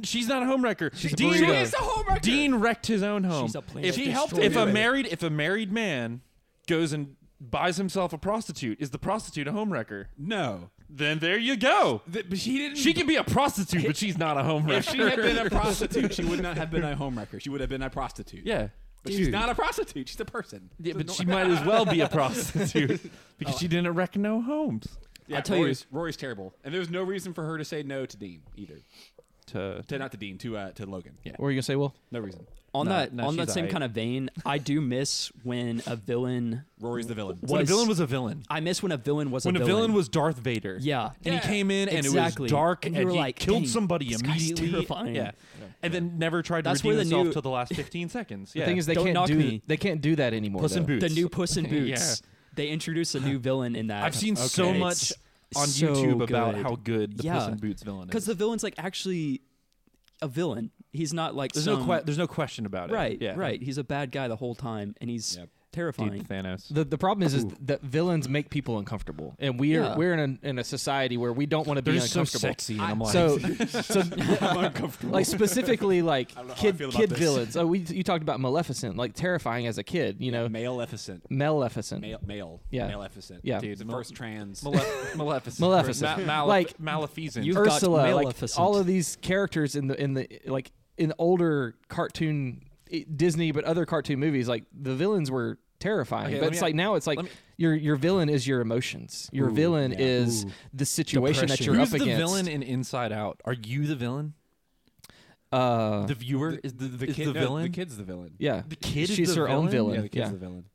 [SPEAKER 2] She's not a homewrecker. Dean,
[SPEAKER 3] She is a homewrecker.
[SPEAKER 2] Dean wrecked his own home.
[SPEAKER 4] She's a planet
[SPEAKER 2] if
[SPEAKER 4] She helped
[SPEAKER 3] him
[SPEAKER 2] If
[SPEAKER 3] do
[SPEAKER 2] a
[SPEAKER 3] it.
[SPEAKER 2] married, if a married man goes and buys himself a prostitute, is the prostitute a homewrecker?
[SPEAKER 3] No,
[SPEAKER 2] Then there you go.
[SPEAKER 3] Th- but she didn't.
[SPEAKER 2] She can be a prostitute, but she's not a homewrecker.
[SPEAKER 3] if she had been a prostitute, she would not have been a homewrecker. She would have been a prostitute.
[SPEAKER 2] yeah.
[SPEAKER 3] but she's
[SPEAKER 1] Dude.
[SPEAKER 3] not a prostitute. She's a person.
[SPEAKER 2] Yeah, but she might as well be a prostitute because she didn't wreck no homes.
[SPEAKER 3] Yeah,
[SPEAKER 4] I'll tell you-
[SPEAKER 3] Rory's, Rory's terrible, and there's no reason for her to say no to Dean either.
[SPEAKER 2] To,
[SPEAKER 3] To not to Dean, to uh, to Logan. Yeah,
[SPEAKER 1] What were you gonna say, Will?
[SPEAKER 3] no reason.
[SPEAKER 4] On
[SPEAKER 2] No,
[SPEAKER 4] that
[SPEAKER 2] no,
[SPEAKER 4] on that
[SPEAKER 2] she's
[SPEAKER 4] same
[SPEAKER 2] aight.
[SPEAKER 4] kind of vein, I do miss when a villain.
[SPEAKER 3] Rory's the villain.
[SPEAKER 2] when a
[SPEAKER 4] was-
[SPEAKER 2] villain was a villain.
[SPEAKER 4] I miss when a villain was
[SPEAKER 2] When
[SPEAKER 4] a
[SPEAKER 2] a villain was Darth Vader.
[SPEAKER 4] Yeah.
[SPEAKER 2] And he
[SPEAKER 3] Yeah.
[SPEAKER 2] came in and it
[SPEAKER 4] Exactly.
[SPEAKER 2] was dark
[SPEAKER 4] And
[SPEAKER 2] and,
[SPEAKER 4] you were
[SPEAKER 2] he
[SPEAKER 4] like,
[SPEAKER 2] killed
[SPEAKER 4] "Dang,
[SPEAKER 2] somebody
[SPEAKER 4] this guy's
[SPEAKER 2] immediately.
[SPEAKER 4] terrifying.
[SPEAKER 2] Yeah. And then never tried to
[SPEAKER 4] That's
[SPEAKER 2] redeem
[SPEAKER 4] where the
[SPEAKER 2] himself
[SPEAKER 4] new-
[SPEAKER 2] till the last 15 seconds. Yeah.
[SPEAKER 1] The thing is, they
[SPEAKER 4] Don't
[SPEAKER 1] can't
[SPEAKER 4] knock
[SPEAKER 1] do
[SPEAKER 4] me.
[SPEAKER 1] they can't do that anymore.
[SPEAKER 2] Puss in
[SPEAKER 1] though.
[SPEAKER 2] Boots.
[SPEAKER 4] the new Puss in Boots.
[SPEAKER 2] Yeah.
[SPEAKER 4] They introduced a new villain in that.
[SPEAKER 2] I've seen so
[SPEAKER 4] It's
[SPEAKER 2] much on
[SPEAKER 4] so
[SPEAKER 2] YouTube about
[SPEAKER 4] good.
[SPEAKER 2] how good the Puss
[SPEAKER 4] Yeah.
[SPEAKER 2] in Boots villain
[SPEAKER 4] because
[SPEAKER 2] is.
[SPEAKER 4] the villain's like actually a villain. He's not like
[SPEAKER 2] There's no
[SPEAKER 4] some-
[SPEAKER 2] que- there's no question about it.
[SPEAKER 4] right,
[SPEAKER 2] Yeah.
[SPEAKER 4] right. He's a bad guy the whole time, and he's
[SPEAKER 3] Yep.
[SPEAKER 4] terrifying.
[SPEAKER 2] Dude, Thanos.
[SPEAKER 1] The, the problem is, is that villains make people uncomfortable, and we are
[SPEAKER 4] Yeah.
[SPEAKER 1] we're in a, in a society where we don't want to be
[SPEAKER 2] They're so
[SPEAKER 1] uncomfortable.
[SPEAKER 2] sexy, and I'm like,
[SPEAKER 1] so, so like specifically like
[SPEAKER 3] don't know how I
[SPEAKER 1] kid
[SPEAKER 3] feel about
[SPEAKER 1] kid
[SPEAKER 3] this.
[SPEAKER 1] villains. Oh, we you talked about Maleficent, like terrifying as a kid. You know,
[SPEAKER 3] Maleficent.
[SPEAKER 1] Maleficent.
[SPEAKER 3] Male, male,
[SPEAKER 1] Yeah.
[SPEAKER 3] Maleficent.
[SPEAKER 1] Yeah.
[SPEAKER 3] Dude, the
[SPEAKER 2] Mal-
[SPEAKER 3] first trans.
[SPEAKER 2] Malef- Maleficent.
[SPEAKER 1] Maleficent.
[SPEAKER 2] Ma- malef-
[SPEAKER 1] Like,
[SPEAKER 2] Maleficent.
[SPEAKER 4] you- You've got
[SPEAKER 1] Ursula, like
[SPEAKER 4] Maleficent.
[SPEAKER 1] all of these characters in the in the like in older cartoon eh, Disney, but other cartoon movies, like the villains were terrifying.
[SPEAKER 2] Okay,
[SPEAKER 1] but
[SPEAKER 2] let
[SPEAKER 1] it's
[SPEAKER 2] me-
[SPEAKER 1] like now it's like your your villain is your emotions. Your villain is the situation that you're
[SPEAKER 2] Who's
[SPEAKER 1] up
[SPEAKER 2] the
[SPEAKER 1] against.
[SPEAKER 2] villain in Inside Out? Are you the villain?
[SPEAKER 1] Uh,
[SPEAKER 2] The viewer is the, is
[SPEAKER 3] kid-
[SPEAKER 2] the
[SPEAKER 3] no,
[SPEAKER 2] villain.
[SPEAKER 3] the kid's the villain.
[SPEAKER 1] yeah,
[SPEAKER 2] The kid is
[SPEAKER 1] She's
[SPEAKER 2] the
[SPEAKER 1] her own
[SPEAKER 2] villain?
[SPEAKER 1] villain.
[SPEAKER 3] Yeah, the kid's the villain.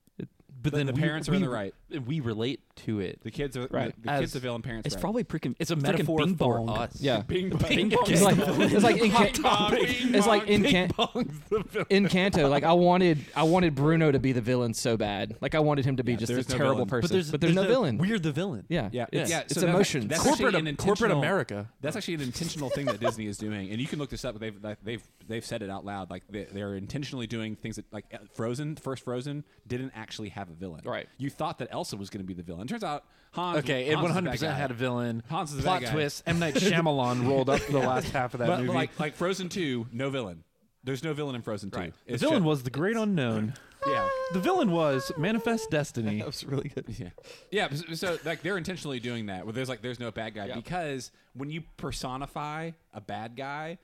[SPEAKER 2] but
[SPEAKER 3] the-
[SPEAKER 2] then
[SPEAKER 3] the
[SPEAKER 2] we-
[SPEAKER 3] parents are in
[SPEAKER 2] we-
[SPEAKER 3] the right.
[SPEAKER 2] and we relate to it.
[SPEAKER 3] The kids are
[SPEAKER 1] Right.
[SPEAKER 3] The, the
[SPEAKER 2] As-
[SPEAKER 3] kid's the villain. Parents.
[SPEAKER 4] It's
[SPEAKER 3] right.
[SPEAKER 4] probably freaking.
[SPEAKER 2] It's a
[SPEAKER 4] freaking
[SPEAKER 2] metaphor
[SPEAKER 4] Bing
[SPEAKER 2] for
[SPEAKER 4] Bong.
[SPEAKER 2] us.
[SPEAKER 1] yeah.
[SPEAKER 3] Bing bong.
[SPEAKER 1] It's like it's like in
[SPEAKER 3] Hot
[SPEAKER 1] Can-
[SPEAKER 3] dog, bing
[SPEAKER 1] it's like
[SPEAKER 3] bong,
[SPEAKER 1] in
[SPEAKER 3] bing
[SPEAKER 1] Can-
[SPEAKER 3] bong.
[SPEAKER 1] in Canto. Like I wanted I wanted Bruno to be the villain so bad. Like I wanted him to be just a
[SPEAKER 3] there's no
[SPEAKER 1] terrible
[SPEAKER 3] villain. But
[SPEAKER 1] person. no
[SPEAKER 2] the-
[SPEAKER 1] villain.
[SPEAKER 2] We're the villain.
[SPEAKER 1] yeah,
[SPEAKER 3] Yeah,
[SPEAKER 1] It's,
[SPEAKER 2] yeah,
[SPEAKER 1] it's
[SPEAKER 3] so that's-
[SPEAKER 1] emotions.
[SPEAKER 3] that's actually
[SPEAKER 2] Corporate
[SPEAKER 3] an
[SPEAKER 2] corporate
[SPEAKER 3] intentional-
[SPEAKER 2] America.
[SPEAKER 3] That's actually an intentional thing that Disney is doing, and you can look this up. They've like, they've they've said it out loud. Like they, they're intentionally doing things that like uh, Frozen, first Frozen, didn't actually have a villain.
[SPEAKER 1] Right.
[SPEAKER 3] You thought that Elsa was going to be the villain. Turns out Hans.
[SPEAKER 2] Okay, it
[SPEAKER 3] Hans is the bad
[SPEAKER 2] 100%
[SPEAKER 3] guy.
[SPEAKER 2] had a villain.
[SPEAKER 3] Hans is the
[SPEAKER 2] Plot
[SPEAKER 3] bad guy.
[SPEAKER 2] twist. M Night Shyamalan rolled up the last half of that
[SPEAKER 3] But
[SPEAKER 2] movie.
[SPEAKER 3] like like Frozen two, no villain. There's no villain in Frozen two.
[SPEAKER 2] Right. the
[SPEAKER 3] It's
[SPEAKER 2] villain
[SPEAKER 3] just-
[SPEAKER 2] was the great unknown.
[SPEAKER 3] yeah.
[SPEAKER 2] The villain was Manifest Destiny.
[SPEAKER 1] was really good.
[SPEAKER 3] Yeah, yeah. so- So like they're intentionally doing that. Where there's like there's no bad guy because when you personify a bad guy,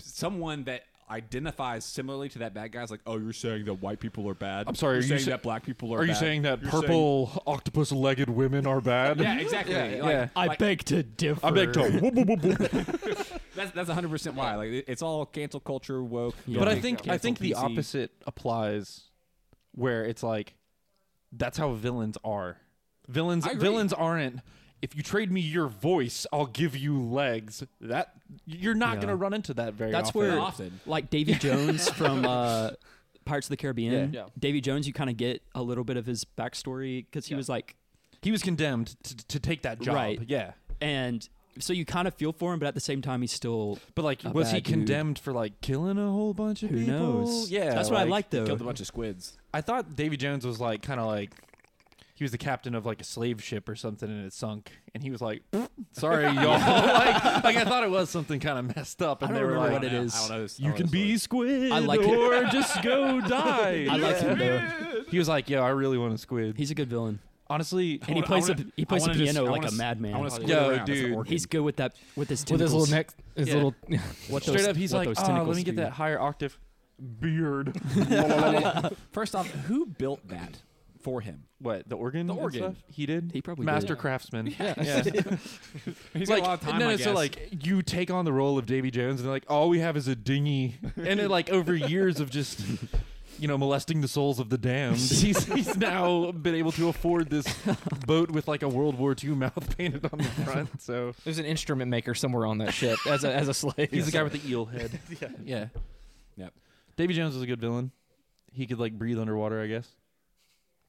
[SPEAKER 3] someone that identifies similarly to that bad guy is like, oh, you're saying that white people are bad.
[SPEAKER 2] I'm sorry,
[SPEAKER 3] You're
[SPEAKER 2] are you
[SPEAKER 3] saying
[SPEAKER 2] sa-
[SPEAKER 3] that black people are. bad. You're
[SPEAKER 2] octopus-legged women are bad?
[SPEAKER 3] Yeah, exactly.
[SPEAKER 2] Yeah,
[SPEAKER 3] Like-
[SPEAKER 2] yeah.
[SPEAKER 4] I
[SPEAKER 3] like,
[SPEAKER 4] beg to differ.
[SPEAKER 2] I beg to. whoop, whoop, whoop, whoop.
[SPEAKER 3] that's that's 100 percent why. Like it- it's all cancel culture woke.
[SPEAKER 2] But I
[SPEAKER 3] like,
[SPEAKER 2] think I
[SPEAKER 3] cancel
[SPEAKER 2] think the
[SPEAKER 3] PC.
[SPEAKER 2] opposite applies, where it's like, that's how villains are. Villains
[SPEAKER 3] I agree.
[SPEAKER 2] villains aren't. If you trade me your voice, I'll give you legs. That you're not
[SPEAKER 4] Yeah.
[SPEAKER 2] gonna run into that very.
[SPEAKER 4] That's
[SPEAKER 2] often.
[SPEAKER 4] where
[SPEAKER 3] Often.
[SPEAKER 4] like Davy Jones from uh, Pirates of the Caribbean.
[SPEAKER 1] Yeah. Yeah.
[SPEAKER 4] Davy Jones, you kind of get a little bit of his backstory because he was like,
[SPEAKER 2] he was condemned to, to take that job.
[SPEAKER 4] Right.
[SPEAKER 2] Yeah.
[SPEAKER 4] and so you kind of feel for him, but at the same time, he's still
[SPEAKER 2] But like,
[SPEAKER 4] A
[SPEAKER 2] was he
[SPEAKER 4] bad dude.
[SPEAKER 2] condemned for like killing a whole bunch of
[SPEAKER 4] who
[SPEAKER 2] people?
[SPEAKER 4] knows.
[SPEAKER 2] Yeah.
[SPEAKER 4] that's what I like though.
[SPEAKER 3] killed a bunch of squids.
[SPEAKER 2] I thought Davy Jones was like kind of like he was the captain of like a slave ship or something, and it sunk. And he was like, "Sorry, y'all." like, like I thought it was something kind of messed up, and
[SPEAKER 4] I
[SPEAKER 2] they
[SPEAKER 4] don't
[SPEAKER 2] were
[SPEAKER 4] remember
[SPEAKER 2] like,
[SPEAKER 4] what it
[SPEAKER 2] "Nah,
[SPEAKER 4] is.
[SPEAKER 2] I don't know this- I
[SPEAKER 3] You
[SPEAKER 2] don't know
[SPEAKER 3] can
[SPEAKER 2] this
[SPEAKER 3] be
[SPEAKER 2] one."
[SPEAKER 3] squid
[SPEAKER 4] I like it.
[SPEAKER 3] or just go die.
[SPEAKER 4] I like him though.
[SPEAKER 2] He was like, "Yo, I really want a squid."
[SPEAKER 4] He's a good villain.
[SPEAKER 2] honestly,
[SPEAKER 4] And he
[SPEAKER 3] I
[SPEAKER 4] plays
[SPEAKER 3] wanna-
[SPEAKER 4] the- he
[SPEAKER 3] I
[SPEAKER 4] plays the
[SPEAKER 3] wanna just-
[SPEAKER 4] piano
[SPEAKER 3] I
[SPEAKER 4] like
[SPEAKER 3] wanna
[SPEAKER 4] a
[SPEAKER 3] s-
[SPEAKER 4] madman.
[SPEAKER 3] I want to squid
[SPEAKER 2] Yo,
[SPEAKER 3] around. That's an
[SPEAKER 2] dude.
[SPEAKER 3] organ.
[SPEAKER 4] He's good with that with his
[SPEAKER 1] with his
[SPEAKER 4] tentacles.
[SPEAKER 1] little neck, his
[SPEAKER 2] Yeah.
[SPEAKER 1] little.
[SPEAKER 4] What
[SPEAKER 2] straight
[SPEAKER 4] those-
[SPEAKER 2] up. He's
[SPEAKER 4] what
[SPEAKER 2] like,
[SPEAKER 4] those
[SPEAKER 2] "Ah, let
[SPEAKER 4] tentacles
[SPEAKER 2] me get
[SPEAKER 4] do."
[SPEAKER 2] that higher octave beard."
[SPEAKER 3] First off, who built that for him?
[SPEAKER 2] what the organ?
[SPEAKER 3] The
[SPEAKER 2] and
[SPEAKER 3] organ.
[SPEAKER 2] stuff? He did.
[SPEAKER 4] He probably
[SPEAKER 2] master
[SPEAKER 4] did.
[SPEAKER 2] craftsman. Yeah. like,
[SPEAKER 3] He's got a lot of time.
[SPEAKER 2] no,
[SPEAKER 3] I
[SPEAKER 2] no,
[SPEAKER 3] guess.
[SPEAKER 2] so like you take on the role of Davy Jones, and they're like, all we have is a dinghy, and then like over years of just, you know, molesting the souls of the damned, he's he's now been able to afford this boat with like a World War II mouth painted on the front. So
[SPEAKER 1] There's an instrument maker somewhere on that ship as a as a slave.
[SPEAKER 2] he's the guy with the eel head. yeah, yeah,
[SPEAKER 3] Yep.
[SPEAKER 2] Davy Jones was a good villain. He could like breathe underwater, I guess.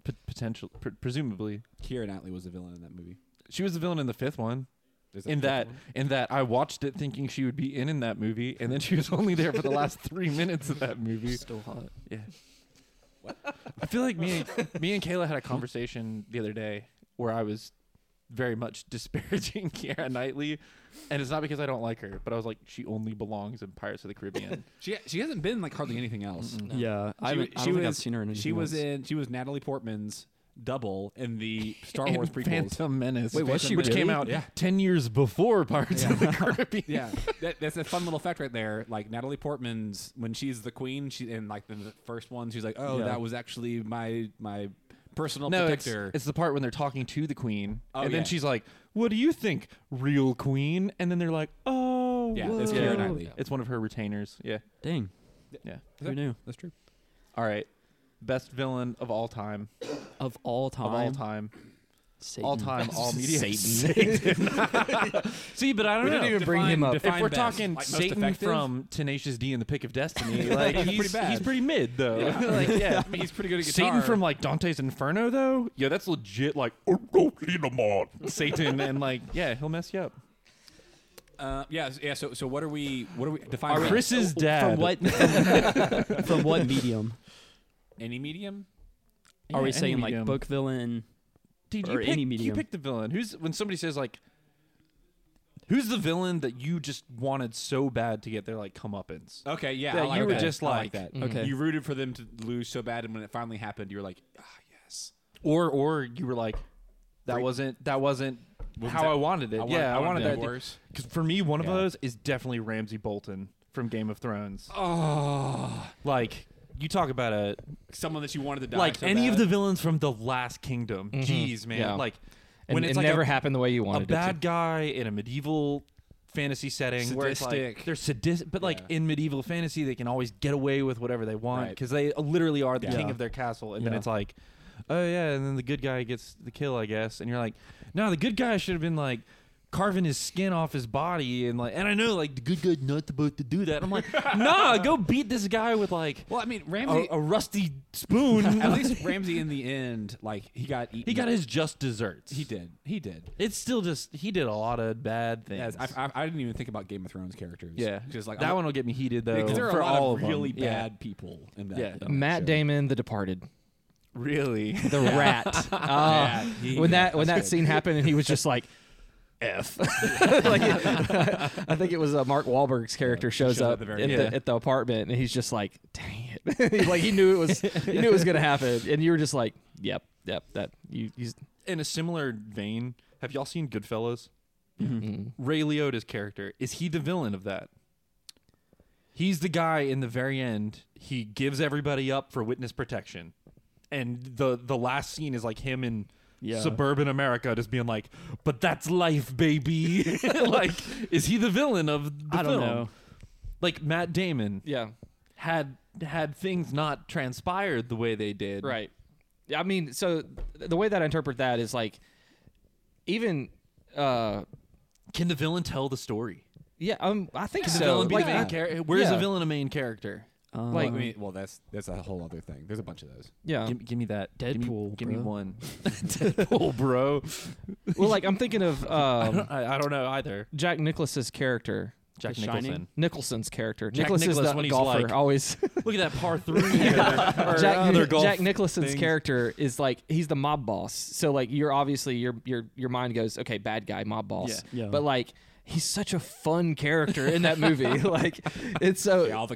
[SPEAKER 2] P- potential, pre- presumably,
[SPEAKER 3] Keira Knightley was the villain in that movie.
[SPEAKER 2] she was the villain in the fifth one.
[SPEAKER 3] Is
[SPEAKER 2] in
[SPEAKER 3] the
[SPEAKER 2] that
[SPEAKER 3] fifth one?
[SPEAKER 2] in that I watched it thinking she would be in in that movie, and then she was only there for the last three minutes of that movie.
[SPEAKER 4] Still hot.
[SPEAKER 2] Yeah. I feel like me and, me and Kayla had a conversation the other day where I was very much disparaging Kiara Knightley, and it's not because I don't like her, but I was like, she only belongs in Pirates of the Caribbean.
[SPEAKER 3] she she hasn't been like hardly anything else.
[SPEAKER 4] Yeah, I,
[SPEAKER 3] She,
[SPEAKER 4] haven't, I
[SPEAKER 3] she
[SPEAKER 4] don't
[SPEAKER 3] was
[SPEAKER 4] think I've seen her in anything
[SPEAKER 3] she was
[SPEAKER 4] else.
[SPEAKER 3] in she was Natalie Portman's double in the Star
[SPEAKER 2] In
[SPEAKER 3] Wars prequels.
[SPEAKER 2] Phantom Menace.
[SPEAKER 4] Wait, was she
[SPEAKER 2] Which came
[SPEAKER 4] really?
[SPEAKER 2] out
[SPEAKER 3] Yeah.
[SPEAKER 2] ten years before Pirates of the Caribbean.
[SPEAKER 3] Yeah, that, that's a fun little fact right there. Like Natalie Portman's when she's the queen, she in like the first one, she's like, "Oh,
[SPEAKER 2] Yeah.
[SPEAKER 3] that was actually my my personal
[SPEAKER 2] No, it's,
[SPEAKER 3] protector."
[SPEAKER 2] it's the part when they're talking to the queen,
[SPEAKER 3] Oh,
[SPEAKER 2] and then
[SPEAKER 3] yeah.
[SPEAKER 2] she's like, "What do you think, real queen?" And then they're like, "Oh,
[SPEAKER 3] Yeah, that's
[SPEAKER 2] whoa."
[SPEAKER 3] Keira Knightley.
[SPEAKER 2] It's one of her retainers. Yeah,
[SPEAKER 4] Dang,
[SPEAKER 2] yeah.
[SPEAKER 4] who knew?
[SPEAKER 3] That's true.
[SPEAKER 2] All right, best villain of all time,
[SPEAKER 4] Of all time,
[SPEAKER 2] of all time,
[SPEAKER 4] Satan.
[SPEAKER 2] all time, all media. See, but I don't know.
[SPEAKER 1] We didn't even bring
[SPEAKER 3] Define-
[SPEAKER 1] him up.
[SPEAKER 3] define-
[SPEAKER 2] if we're
[SPEAKER 3] best,
[SPEAKER 2] talking
[SPEAKER 3] like, most
[SPEAKER 2] Satan
[SPEAKER 3] effective?
[SPEAKER 2] from Tenacious D and the Pick of Destiny, like he's,
[SPEAKER 3] pretty bad.
[SPEAKER 2] he's pretty mid though. like, yeah.
[SPEAKER 3] I mean, he's pretty good at guitar.
[SPEAKER 2] Satan from like Dante's Inferno though, yeah, that's legit. Like, "Oh, oh, lead 'em on." Satan and like, yeah, he'll mess you up.
[SPEAKER 3] uh, yeah, yeah. So so what are we? What are we define? best?
[SPEAKER 2] Chris's dad.
[SPEAKER 4] From what? from what medium?
[SPEAKER 3] any medium?
[SPEAKER 4] Are we
[SPEAKER 2] Yeah, any
[SPEAKER 4] saying
[SPEAKER 2] medium.
[SPEAKER 4] like book villain?
[SPEAKER 2] Dude,
[SPEAKER 4] or
[SPEAKER 2] you pick,
[SPEAKER 4] any medium.
[SPEAKER 2] You pick the villain. Who's when somebody says like, who's the villain that you just wanted so bad to get their like comeuppance?
[SPEAKER 3] Okay, yeah.
[SPEAKER 2] That
[SPEAKER 3] I like
[SPEAKER 2] you were
[SPEAKER 3] that.
[SPEAKER 2] just
[SPEAKER 3] I
[SPEAKER 2] like-
[SPEAKER 3] that.
[SPEAKER 4] Okay.
[SPEAKER 3] You rooted for them to lose so bad, and when it finally happened, you were like, ah, yes.
[SPEAKER 2] Or or you were like, that
[SPEAKER 3] Freak.
[SPEAKER 2] wasn't that wasn't, how
[SPEAKER 3] that-
[SPEAKER 2] I wanted it.
[SPEAKER 3] I wanted-
[SPEAKER 2] yeah,
[SPEAKER 3] I
[SPEAKER 2] I wanted
[SPEAKER 3] wanted
[SPEAKER 2] that
[SPEAKER 3] it worse.
[SPEAKER 2] Because for me, one
[SPEAKER 3] Yeah.
[SPEAKER 2] of those is definitely Ramsey Bolton from Game of Thrones.
[SPEAKER 3] Oh,
[SPEAKER 2] Like you talk about a
[SPEAKER 3] someone that you wanted to die.
[SPEAKER 2] like
[SPEAKER 3] so
[SPEAKER 2] any of
[SPEAKER 3] bad.
[SPEAKER 2] the villains from the Last Kingdom. Jeez, man,
[SPEAKER 1] Yeah.
[SPEAKER 2] like.
[SPEAKER 1] and
[SPEAKER 2] when
[SPEAKER 1] it
[SPEAKER 2] it's like
[SPEAKER 1] never
[SPEAKER 2] a,
[SPEAKER 1] happened the way you wanted
[SPEAKER 2] a bad
[SPEAKER 1] it
[SPEAKER 2] guy in a medieval fantasy setting where it's
[SPEAKER 3] Sadistic.
[SPEAKER 2] like they're sadistic but like
[SPEAKER 3] Yeah.
[SPEAKER 2] in medieval fantasy they can always get away with whatever they want
[SPEAKER 3] Right.
[SPEAKER 2] because they literally are the
[SPEAKER 3] Yeah.
[SPEAKER 2] king of their castle and then
[SPEAKER 4] Yeah.
[SPEAKER 2] it's like oh yeah and then the good guy gets the kill i guess and you're like no the good guy should have been like carving his skin off his body and like and i know like the good guy's not supposed to do that i'm like nah go beat this guy with like
[SPEAKER 3] Well, I mean, Ramsey.
[SPEAKER 2] a, a rusty spoon
[SPEAKER 3] at least Ramsey, in the end, like he got eaten.
[SPEAKER 2] oh. he got
[SPEAKER 3] up.
[SPEAKER 2] his just desserts
[SPEAKER 3] He did. He did.
[SPEAKER 2] it's still just he did a lot of bad
[SPEAKER 3] Yeah,
[SPEAKER 2] things
[SPEAKER 3] I, I, I didn't even think about Game of Thrones characters.
[SPEAKER 2] Yeah,
[SPEAKER 3] just like
[SPEAKER 2] that
[SPEAKER 3] I'm-
[SPEAKER 2] one will get me heated though.
[SPEAKER 3] Because there are
[SPEAKER 2] for
[SPEAKER 3] a lot
[SPEAKER 2] all
[SPEAKER 3] of
[SPEAKER 2] them.
[SPEAKER 3] really
[SPEAKER 2] Yeah.
[SPEAKER 3] bad people in that.
[SPEAKER 2] Yeah.
[SPEAKER 3] in
[SPEAKER 1] to.
[SPEAKER 3] that
[SPEAKER 1] Matt
[SPEAKER 3] show.
[SPEAKER 1] Damon, The Departed,
[SPEAKER 2] really.
[SPEAKER 1] the rat. Ah,
[SPEAKER 3] Yeah, he-
[SPEAKER 1] when that when
[SPEAKER 3] that's
[SPEAKER 1] that
[SPEAKER 3] good.
[SPEAKER 1] scene happened, and he was just like. F. like, I think it was uh, Mark Wahlberg's character shows,
[SPEAKER 3] shows up
[SPEAKER 1] up
[SPEAKER 3] at the very
[SPEAKER 1] at,
[SPEAKER 2] end.
[SPEAKER 1] the, at the apartment, and he's just like, "Dang it!" like he knew it was he knew it was gonna happen, and you were just like, "Yep, yep, that you." you
[SPEAKER 2] In a similar vein, have y'all seen Goodfellas? Mm-hmm.
[SPEAKER 1] mm-hmm."
[SPEAKER 2] Ray Liotta's character is he the villain of that? He's the guy in the very end. He gives everybody up for witness protection, and the the last scene is like him in
[SPEAKER 4] Yeah.
[SPEAKER 2] suburban America just being like, "But that's life, baby." like, is he the villain of the
[SPEAKER 4] I don't
[SPEAKER 2] film?
[SPEAKER 4] know.
[SPEAKER 2] Like Matt Damon.
[SPEAKER 1] yeah,
[SPEAKER 2] had had things not transpired the way they did.
[SPEAKER 1] Right. Yeah, I mean, so th- the way that I interpret that is like, even, uh,
[SPEAKER 2] Can the villain tell the story?
[SPEAKER 1] yeah, um, I think
[SPEAKER 2] Can
[SPEAKER 1] so.
[SPEAKER 2] the villain be
[SPEAKER 1] like,
[SPEAKER 2] the
[SPEAKER 1] I-
[SPEAKER 2] main character? Where's
[SPEAKER 1] yeah.
[SPEAKER 2] the villain a main character?
[SPEAKER 4] Um,
[SPEAKER 1] Like-
[SPEAKER 3] I mean, well, that's that's a whole other thing. There's a bunch of those.
[SPEAKER 1] yeah.
[SPEAKER 2] give, give me that. Give me,
[SPEAKER 4] Deadpool,
[SPEAKER 2] give me
[SPEAKER 4] bro.
[SPEAKER 2] one. Deadpool, bro.
[SPEAKER 1] Well, like I'm thinking of
[SPEAKER 2] I
[SPEAKER 1] um,
[SPEAKER 2] don't, I, I don't know either.
[SPEAKER 1] Jack Nicklaus's character
[SPEAKER 2] Jack
[SPEAKER 4] The
[SPEAKER 2] Nicholson.
[SPEAKER 4] Shining?
[SPEAKER 1] Nicholson's character.
[SPEAKER 2] Jack
[SPEAKER 1] Nicholas
[SPEAKER 2] Nicholas
[SPEAKER 1] is the
[SPEAKER 2] when he's
[SPEAKER 1] golfer.
[SPEAKER 2] like-
[SPEAKER 1] always.
[SPEAKER 2] Look at that par three. uh,
[SPEAKER 1] Jack,
[SPEAKER 2] Jack,
[SPEAKER 1] Jack Nicholson's character is like he's the mob boss. So like you're obviously your your your mind goes okay, bad guy, mob boss.
[SPEAKER 4] Yeah. Yeah.
[SPEAKER 1] But like he's such a fun character in that movie. like it's so.
[SPEAKER 3] all the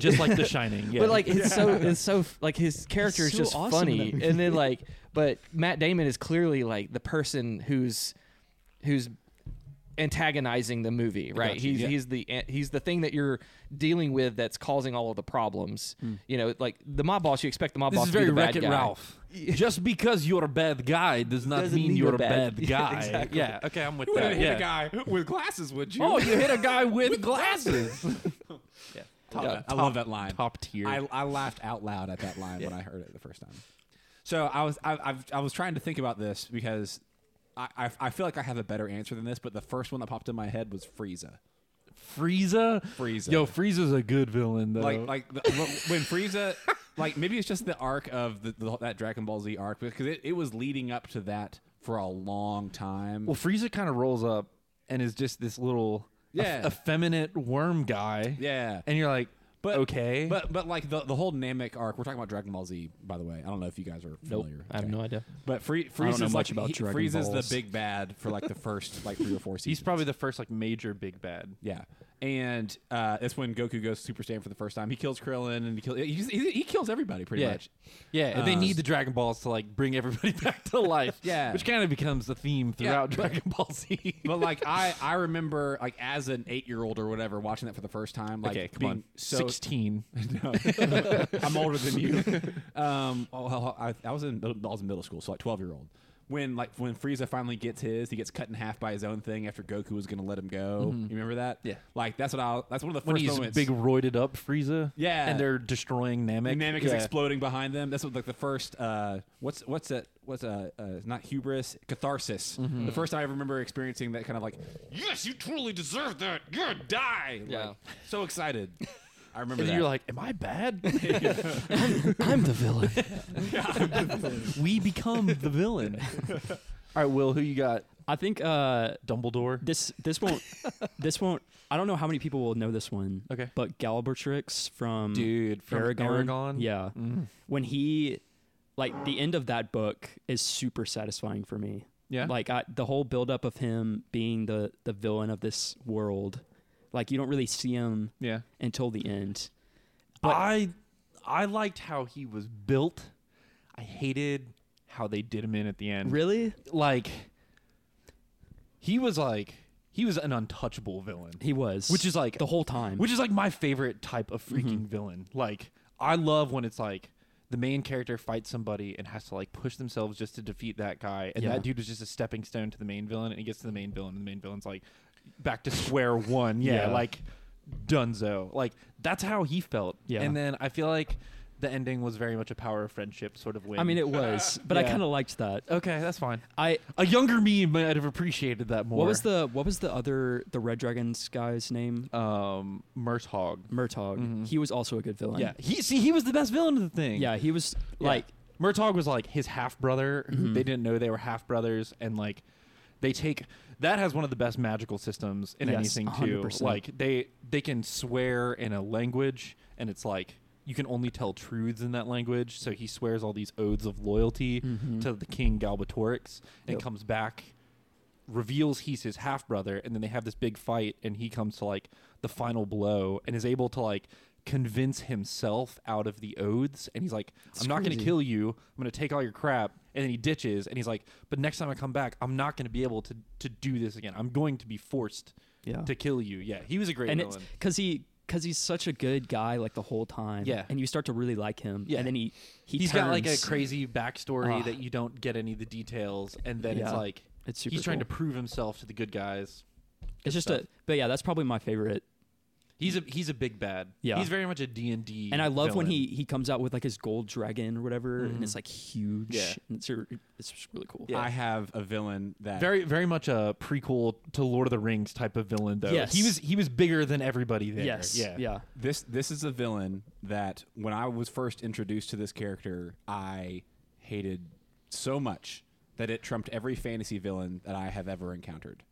[SPEAKER 2] Just like The Shining. Yeah.
[SPEAKER 1] But like it's so it's so like his character
[SPEAKER 4] He's
[SPEAKER 1] is
[SPEAKER 4] so
[SPEAKER 1] just
[SPEAKER 4] awesome in
[SPEAKER 1] funny,
[SPEAKER 4] that
[SPEAKER 1] and then like but Matt Damon is clearly like the person who's who's antagonizing the movie, right?
[SPEAKER 3] Gotcha,
[SPEAKER 1] He's
[SPEAKER 3] yeah.
[SPEAKER 1] he's the an- he's the thing that you're dealing with that's causing all of the problems. You know, like the mob boss. You expect the mob
[SPEAKER 2] this
[SPEAKER 1] boss
[SPEAKER 2] is
[SPEAKER 1] to be
[SPEAKER 2] very
[SPEAKER 1] the bad
[SPEAKER 2] Wreck It
[SPEAKER 1] guy.
[SPEAKER 2] Ralph. Just because you're a bad guy does not
[SPEAKER 1] Doesn't
[SPEAKER 2] mean,
[SPEAKER 1] mean
[SPEAKER 2] you're
[SPEAKER 1] you're
[SPEAKER 2] a bad,
[SPEAKER 1] bad. Yeah,
[SPEAKER 2] guy.
[SPEAKER 1] exactly.
[SPEAKER 2] Yeah. Okay, I'm with
[SPEAKER 3] you
[SPEAKER 2] that.
[SPEAKER 3] wouldn't hit
[SPEAKER 2] yeah.
[SPEAKER 3] a guy with glasses, would you?
[SPEAKER 2] Oh, you hit a guy with, glasses.
[SPEAKER 3] Top-
[SPEAKER 1] Yeah.
[SPEAKER 3] I love that line.
[SPEAKER 2] Top tier.
[SPEAKER 3] I, I laughed out loud at that line when I heard it the first time. So I was I, I've, I was trying to think about this because I, I I feel like I have a better answer than this, but the first one that popped in my head was Frieza.
[SPEAKER 2] Frieza.
[SPEAKER 3] Frieza.
[SPEAKER 2] Yo, Frieza's a good villain though.
[SPEAKER 3] Like like the, when Frieza, like maybe it's just the arc of the, the that Dragon Ball Z arc because it, it was leading up to that for a long time.
[SPEAKER 2] well, Frieza kind of rolls up and is just this little eff-
[SPEAKER 3] Yeah.
[SPEAKER 2] effeminate worm guy.
[SPEAKER 3] yeah,
[SPEAKER 2] And you're like,
[SPEAKER 3] but
[SPEAKER 2] okay.
[SPEAKER 3] but but like the the whole Namek arc. We're talking about Dragon Ball Z, by the way. I don't know if you guys are familiar.
[SPEAKER 1] I have
[SPEAKER 3] Okay.
[SPEAKER 1] no idea.
[SPEAKER 3] But Free,
[SPEAKER 4] I don't
[SPEAKER 3] Frieza's
[SPEAKER 4] know
[SPEAKER 3] like,
[SPEAKER 4] much about
[SPEAKER 3] he,
[SPEAKER 4] Dragon
[SPEAKER 3] Frieza's
[SPEAKER 4] Balls.
[SPEAKER 3] the big bad for like the first like three or four seasons.
[SPEAKER 2] he's probably the first like major big bad.
[SPEAKER 3] yeah. And uh, that's when Goku goes Super Saiyan for the first time. He kills Krillin and he kills he, just- he, he kills everybody pretty
[SPEAKER 2] Yeah.
[SPEAKER 3] much.
[SPEAKER 2] Yeah, and they
[SPEAKER 3] Um,
[SPEAKER 2] need the Dragon Balls to like bring everybody back to life.
[SPEAKER 3] Yeah.
[SPEAKER 2] which kind of becomes the theme
[SPEAKER 3] Yeah,
[SPEAKER 2] throughout
[SPEAKER 3] but-
[SPEAKER 2] Dragon Ball Z.
[SPEAKER 3] But like I I remember like as an eight year old or whatever watching that for the first time. Like
[SPEAKER 2] okay, come
[SPEAKER 3] being
[SPEAKER 2] on,
[SPEAKER 3] so
[SPEAKER 2] sixteen.
[SPEAKER 3] No. I'm older than you. Um, oh, hell, I, I was in I was in middle school, so like twelve year old. When like when Frieza finally gets his, he gets cut in half by his own thing after Goku was gonna let him go. You remember that?
[SPEAKER 2] Yeah.
[SPEAKER 3] Like that's what I. That's one of the
[SPEAKER 2] When
[SPEAKER 3] first
[SPEAKER 2] he's
[SPEAKER 3] moments.
[SPEAKER 2] big roided up Frieza.
[SPEAKER 3] Yeah.
[SPEAKER 2] and they're destroying Namek.
[SPEAKER 3] And Namek is
[SPEAKER 2] Yeah.
[SPEAKER 3] exploding behind them. That's what, like the first. Uh, what's what's that? What's uh, uh not hubris? Catharsis.
[SPEAKER 2] Mm-hmm.
[SPEAKER 3] The first time I remember experiencing that kind of like, yes, you truly deserve that. You're gonna die.
[SPEAKER 1] Yeah.
[SPEAKER 3] Like, so excited. I remember
[SPEAKER 2] And
[SPEAKER 3] that.
[SPEAKER 2] you're like, am I bad?
[SPEAKER 4] I'm the villain.
[SPEAKER 2] we become the villain. All right, Will, who you got?
[SPEAKER 4] I think uh,
[SPEAKER 2] Dumbledore.
[SPEAKER 4] this this won't this won't. I don't know how many people will know this one.
[SPEAKER 2] Okay.
[SPEAKER 4] but Galbertrix from
[SPEAKER 2] Dude, from
[SPEAKER 4] Aragon.
[SPEAKER 2] Aragon?
[SPEAKER 4] Yeah,
[SPEAKER 2] Mm-hmm.
[SPEAKER 4] when he like the end of that book is super satisfying for me.
[SPEAKER 2] Yeah?
[SPEAKER 4] like I, the whole buildup of him being the the villain of this world. Like you don't really see him
[SPEAKER 2] Yeah,
[SPEAKER 4] until the end.
[SPEAKER 2] but
[SPEAKER 4] But-
[SPEAKER 2] I I liked how he was built. I hated how they did him in at the end.
[SPEAKER 4] Really,
[SPEAKER 2] like he was like he was an untouchable villain
[SPEAKER 4] he was,
[SPEAKER 2] Which is like-
[SPEAKER 4] the whole time.
[SPEAKER 2] which is like my favorite type
[SPEAKER 4] Mm-hmm.
[SPEAKER 2] of freaking villain like i love when it's like the main character fights somebody and has to like push themselves just to defeat that guy and
[SPEAKER 4] Yeah.
[SPEAKER 2] that dude was just a stepping stone to the main villain and he gets to the main villain and the main villain's like back to square one yeah,
[SPEAKER 4] Yeah.
[SPEAKER 2] like dunzo like that's how he felt
[SPEAKER 4] Yeah.
[SPEAKER 2] and then i feel like the ending was very much a power of friendship sort of win
[SPEAKER 4] I mean, it was, but I
[SPEAKER 2] Yeah.
[SPEAKER 4] kind of liked that.
[SPEAKER 2] okay that's fine
[SPEAKER 4] I
[SPEAKER 2] a younger me might have appreciated that more
[SPEAKER 4] what was the what was the other the Red Dragons guy's name?
[SPEAKER 2] um Mershog.
[SPEAKER 4] Murtaugh. He was also a good villain.
[SPEAKER 2] Mm-hmm. Yeah, he see he was the best villain of the thing.
[SPEAKER 4] Yeah, he was like
[SPEAKER 2] Murtaugh was like his half brother.
[SPEAKER 4] Mm-hmm.
[SPEAKER 2] who They didn't know they were half brothers, and like they take that has one of the best magical systems in
[SPEAKER 4] Yes,
[SPEAKER 2] anything too.
[SPEAKER 4] 100%.
[SPEAKER 2] Like they they can swear in a language, and it's like you can only tell truths in that language. So he swears all these oaths of loyalty to the king Galbatorix, and
[SPEAKER 4] Mm-hmm. Yep.
[SPEAKER 2] comes back reveals he's his half brother, and then they have this big fight, and he comes to like the final blow and is able to like convince himself out of the oaths. And he's like, I'm not going to
[SPEAKER 4] crazy.
[SPEAKER 2] kill you. I'm going to take all your crap. And then he ditches, and he's like, But next time I come back, I'm not going to be able to to do this again. I'm going to be forced
[SPEAKER 4] Yeah.
[SPEAKER 2] to kill you. Yeah, he was a great
[SPEAKER 4] and it's
[SPEAKER 2] villain.
[SPEAKER 4] cuz he cuz he's such a good guy like the whole time.
[SPEAKER 2] Yeah.
[SPEAKER 4] And you start to really like him.
[SPEAKER 2] Yeah.
[SPEAKER 4] And then he he
[SPEAKER 2] He's got like a
[SPEAKER 4] turns.
[SPEAKER 2] crazy backstory
[SPEAKER 4] Ugh.
[SPEAKER 2] that you don't get any of the details, and then it's
[SPEAKER 4] Yeah.
[SPEAKER 2] like
[SPEAKER 4] It's super
[SPEAKER 2] he's trying to
[SPEAKER 4] cool.
[SPEAKER 2] prove himself to the good guys.
[SPEAKER 4] It's just
[SPEAKER 2] stuff.
[SPEAKER 4] a but yeah, that's probably my favorite.
[SPEAKER 2] He's a he's a big bad.
[SPEAKER 4] Yeah.
[SPEAKER 2] he's very much a D and D.
[SPEAKER 4] And I love when
[SPEAKER 2] villain. Mm-hmm.
[SPEAKER 4] he he comes out with like his gold dragon or whatever and it's like huge
[SPEAKER 2] Yeah.
[SPEAKER 4] and it's re- it's just really cool.
[SPEAKER 3] I have a villain that
[SPEAKER 2] very very much a prequel to Lord of the Rings type of villain though.
[SPEAKER 4] Yes.
[SPEAKER 2] He was he was bigger than everybody there.
[SPEAKER 4] Yes.
[SPEAKER 2] Yeah.
[SPEAKER 4] Yeah.
[SPEAKER 3] This this is a villain that when I was first introduced to this character, I hated so much that it trumped every fantasy villain that I have ever encountered.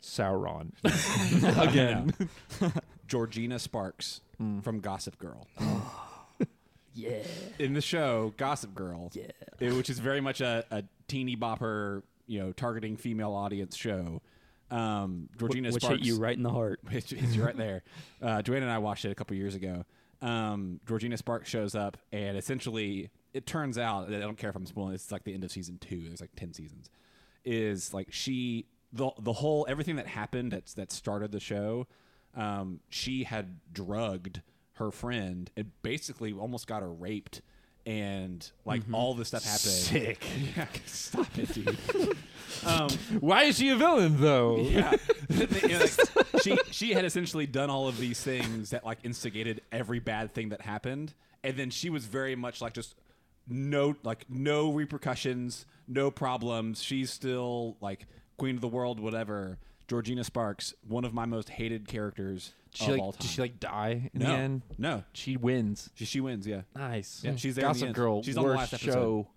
[SPEAKER 2] Sauron again. Hmm.
[SPEAKER 3] Georgina Sparks from Gossip Girl.
[SPEAKER 4] Yeah.
[SPEAKER 3] in the show Gossip Girl, yeah. which is very much a, a teeny bopper, you know, targeting female audience show. Um, Georgina
[SPEAKER 4] Which
[SPEAKER 3] Sparks,
[SPEAKER 4] hit you right in the heart.
[SPEAKER 3] it's, it's right there. Uh, Joanna and I watched it a couple years ago. Um, Georgina Sparks shows up, and essentially, it turns out I don't care if I'm spoiling. It's like the end of season two. There's like ten seasons. Is like she the the whole everything that happened that's that started the show. Um, she had drugged her friend and basically almost got her raped, and like all this stuff happened.
[SPEAKER 2] Sick.
[SPEAKER 3] Yeah, stop it, dude. um,
[SPEAKER 2] Why is she a villain though?
[SPEAKER 3] yeah. You know, like, she she had essentially done all of these things that like instigated every bad thing that happened, and then she was very much like just no like no repercussions, no problems. She's still like queen of the world, whatever. Georgina Sparks, one of my most hated characters
[SPEAKER 2] She
[SPEAKER 3] of
[SPEAKER 2] like,
[SPEAKER 3] all time.
[SPEAKER 2] does she like die in
[SPEAKER 3] no,
[SPEAKER 2] the end?
[SPEAKER 3] no,
[SPEAKER 2] She wins.
[SPEAKER 3] she, she wins. Yeah,
[SPEAKER 2] Nice.
[SPEAKER 3] Yeah, she's there in the
[SPEAKER 2] Gossip
[SPEAKER 3] end.
[SPEAKER 2] Girl.
[SPEAKER 3] She's on the
[SPEAKER 2] worst
[SPEAKER 3] last episode.
[SPEAKER 2] show,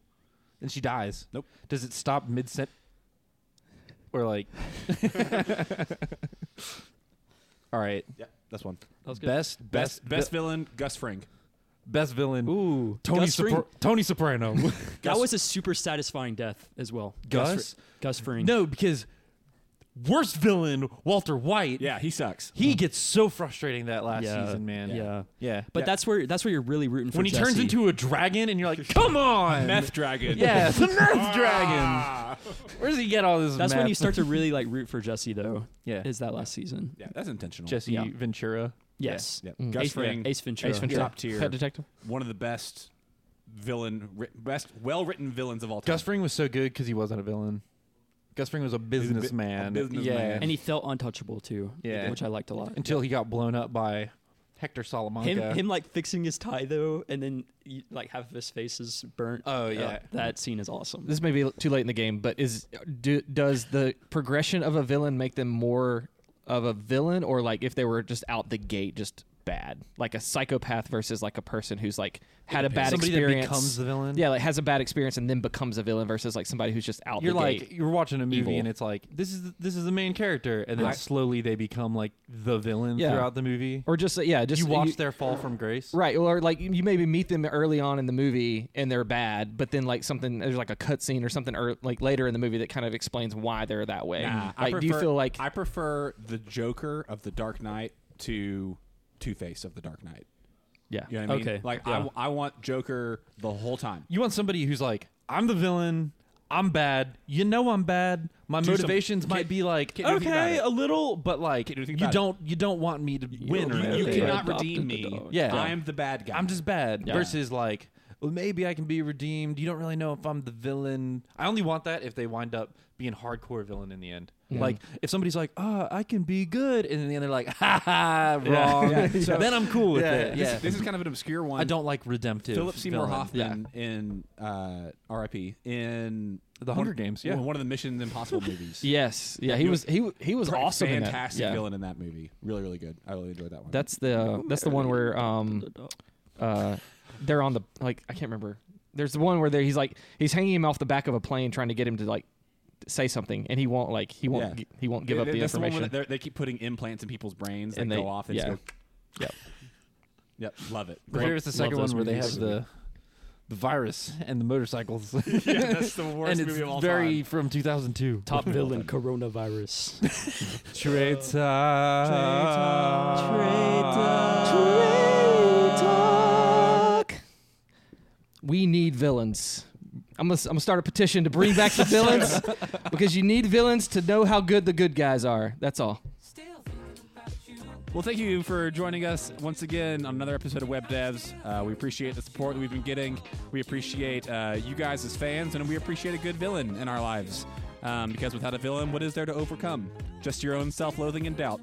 [SPEAKER 2] and she dies.
[SPEAKER 3] Nope.
[SPEAKER 2] Does it stop mid sent? Or like, all right.
[SPEAKER 3] yeah, that's one.
[SPEAKER 4] That was good.
[SPEAKER 2] Best best
[SPEAKER 3] Best best villain, Gus Fring.
[SPEAKER 2] best villain.
[SPEAKER 4] Ooh.
[SPEAKER 2] Tony
[SPEAKER 4] Gus Fring.
[SPEAKER 2] Sopra- Tony Soprano.
[SPEAKER 4] That was a super satisfying death as well.
[SPEAKER 2] Gus?
[SPEAKER 4] Fr- Gus Fring.
[SPEAKER 2] no, because worst villain Walter White.
[SPEAKER 3] Yeah, he sucks.
[SPEAKER 2] He gets so frustrating that last
[SPEAKER 4] Yeah,
[SPEAKER 2] season, man.
[SPEAKER 4] yeah.
[SPEAKER 2] Yeah.
[SPEAKER 4] But
[SPEAKER 3] Yeah.
[SPEAKER 4] that's where that's where you're really rooting for.
[SPEAKER 2] when he turns
[SPEAKER 4] Jesse.
[SPEAKER 2] into a dragon and you're like, "Come on."
[SPEAKER 3] Meth Dragon. Ah.
[SPEAKER 2] yeah, the Nerf dragon. Where does he get all this
[SPEAKER 4] that's when
[SPEAKER 2] meth?
[SPEAKER 4] you start to really like root for Jesse though.
[SPEAKER 2] Yeah.
[SPEAKER 4] Is that last season?
[SPEAKER 3] Yeah, that's intentional.
[SPEAKER 2] Jesse
[SPEAKER 4] Yeah.
[SPEAKER 2] Ventura.
[SPEAKER 4] Yes.
[SPEAKER 3] yeah.
[SPEAKER 2] mm,
[SPEAKER 3] Gus
[SPEAKER 4] Ace,
[SPEAKER 3] Fring.
[SPEAKER 4] Ace Ventura.
[SPEAKER 1] Ace Ventura.
[SPEAKER 3] Top tier.
[SPEAKER 1] Pet Detective.
[SPEAKER 3] one of the best villain, writ- best well-written villains of all time.
[SPEAKER 2] Gus Fring was so good because he wasn't a villain. Gus Fring was a businessman.
[SPEAKER 3] businessman.
[SPEAKER 2] Yeah.
[SPEAKER 4] And he felt untouchable too.
[SPEAKER 2] Yeah.
[SPEAKER 4] Which I liked a lot.
[SPEAKER 2] Until he got blown up by Hector Salamanca.
[SPEAKER 4] Him, him like fixing his tie though, and then you, like half of his face is burnt.
[SPEAKER 2] Oh,
[SPEAKER 4] Uh,
[SPEAKER 2] yeah.
[SPEAKER 4] that scene is awesome.
[SPEAKER 1] This may be too late in the game, but is do, does the progression of a villain make them more of a villain, or like if they were just out the gate, just bad, like a psychopath versus like a person who's like had a bad
[SPEAKER 2] Somebody that
[SPEAKER 1] experience,
[SPEAKER 2] becomes the villain?
[SPEAKER 1] Yeah, like has a bad experience and then becomes a villain versus like somebody who's just out.
[SPEAKER 2] you're
[SPEAKER 1] the
[SPEAKER 2] like
[SPEAKER 1] gate.
[SPEAKER 2] you're watching a movie
[SPEAKER 1] Evil.
[SPEAKER 2] and it's like this is the, this is the main character and then
[SPEAKER 1] Right.
[SPEAKER 2] slowly they become like the villain
[SPEAKER 1] Yeah.
[SPEAKER 2] throughout the movie
[SPEAKER 1] or just uh, yeah, just
[SPEAKER 2] you watch their fall from grace
[SPEAKER 1] Right, or like you maybe meet them early on in the movie and they're bad, but then like something there's like a cutscene or something, or like later in the movie that kind of explains why they're that way.
[SPEAKER 3] Nah,
[SPEAKER 1] like,
[SPEAKER 3] I prefer,
[SPEAKER 1] do you feel like
[SPEAKER 3] I prefer the Joker of the Dark Knight to Two Face of the Dark Knight?
[SPEAKER 1] yeah,
[SPEAKER 3] You know what I mean?
[SPEAKER 4] Okay,
[SPEAKER 3] Like
[SPEAKER 4] yeah.
[SPEAKER 3] I, I want Joker the whole time.
[SPEAKER 2] you want somebody who's like i'm the villain i'm bad you know i'm bad my
[SPEAKER 3] Do some-
[SPEAKER 2] motivations might
[SPEAKER 3] can't-
[SPEAKER 2] be like
[SPEAKER 3] can't do anything
[SPEAKER 2] okay
[SPEAKER 3] about
[SPEAKER 2] a little but like
[SPEAKER 3] Can't do
[SPEAKER 2] you
[SPEAKER 3] anything about it.
[SPEAKER 2] don't you don't want me to win or
[SPEAKER 3] You, you
[SPEAKER 2] anything.
[SPEAKER 3] cannot
[SPEAKER 4] Adopted
[SPEAKER 3] redeem
[SPEAKER 4] the
[SPEAKER 3] me.
[SPEAKER 4] dog.
[SPEAKER 2] Yeah.
[SPEAKER 3] I am the bad guy.
[SPEAKER 2] i'm just bad
[SPEAKER 1] Yeah.
[SPEAKER 2] versus like well, maybe I can be redeemed. You don't really know if I'm the villain. I only want that if they wind up being hardcore villain in the end. Like if somebody's like, "Oh, I can be good," and in the end they're like, "Ha ha, wrong."
[SPEAKER 3] So-
[SPEAKER 2] then I'm cool with
[SPEAKER 3] Yeah,
[SPEAKER 2] it.
[SPEAKER 3] This,
[SPEAKER 2] Yeah,
[SPEAKER 3] this is kind of an obscure one.
[SPEAKER 2] I don't like redemptive.
[SPEAKER 3] Philip Seymour
[SPEAKER 2] villain.
[SPEAKER 3] Hoffman in uh, R.I.P. in
[SPEAKER 2] The Hunger Games, yeah.
[SPEAKER 3] one of the Missions Impossible movies.
[SPEAKER 1] yes, yeah. He was he he was awesome. in that.
[SPEAKER 3] fantastic
[SPEAKER 1] Yeah.
[SPEAKER 3] villain in that movie. Really, really good. I really enjoyed that one.
[SPEAKER 1] That's the uh, that's the one where um uh they're on the like I can't remember. There's the one where they- he's like he's hanging him off the back of a plane trying to get him to like say something and he won't like he won't
[SPEAKER 3] Yeah.
[SPEAKER 1] gi- he won't give up the
[SPEAKER 3] That's one where
[SPEAKER 1] information.
[SPEAKER 3] they're- they keep putting implants in people's brains
[SPEAKER 1] And
[SPEAKER 3] that
[SPEAKER 1] they-
[SPEAKER 3] go off. They just
[SPEAKER 1] yeah.
[SPEAKER 3] go,
[SPEAKER 1] Yep.
[SPEAKER 3] yep, love it.
[SPEAKER 2] Or Here's the
[SPEAKER 4] Love
[SPEAKER 2] second one
[SPEAKER 4] those
[SPEAKER 2] where they have
[SPEAKER 4] movies.
[SPEAKER 2] the the virus and the motorcycles.
[SPEAKER 3] yeah, that's the worst
[SPEAKER 2] and it's
[SPEAKER 3] movie of all
[SPEAKER 2] very
[SPEAKER 3] time.
[SPEAKER 2] from 2002.
[SPEAKER 4] Top villain coronavirus.
[SPEAKER 2] Traitor.
[SPEAKER 1] We need villains. I'm gonna, I'm gonna start a petition to bring back the villains because you need villains to know how good the good guys are. That's all.
[SPEAKER 3] Well, thank you for joining us once again on another episode of Web Devs. Uh, we appreciate the support that we've been getting. We appreciate uh, you guys as fans, and we appreciate a good villain in our lives. Um, because without a villain, what is there to overcome? Just your own self-loathing and doubt.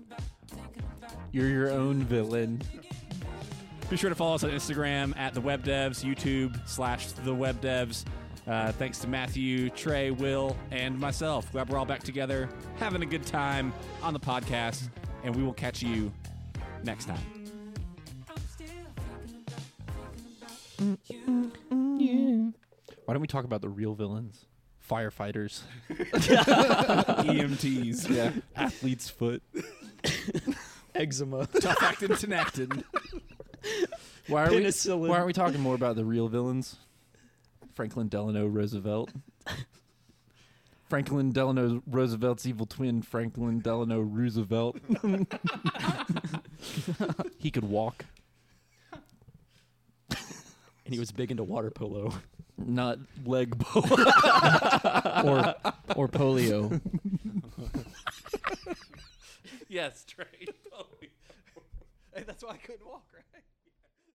[SPEAKER 2] You're your own villain.
[SPEAKER 3] Be sure to follow us on Instagram at the Web Devs, YouTube slash the Web Devs. Uh, thanks to Matthew, Trey, Will, and myself. Glad we're all back together, having a good time on the podcast, and we will catch you next time. Mm,
[SPEAKER 2] Why don't we talk about the real villains? firefighters,
[SPEAKER 3] E EMTs. Yeah.
[SPEAKER 2] athlete's foot.
[SPEAKER 4] Eczema.
[SPEAKER 3] Tufactin, tenactin.
[SPEAKER 2] Why are
[SPEAKER 4] Penicillin.
[SPEAKER 2] we? Why aren't we talking more about the real villains? Franklin Delano Roosevelt. Franklin Delano Roosevelt's evil twin, Franklin Delano Roosevelt. he could walk,
[SPEAKER 4] And he was big into water polo.
[SPEAKER 2] not leg boa.
[SPEAKER 1] or or polio.
[SPEAKER 2] yes, Trey.
[SPEAKER 1] That's why I couldn't walk, right?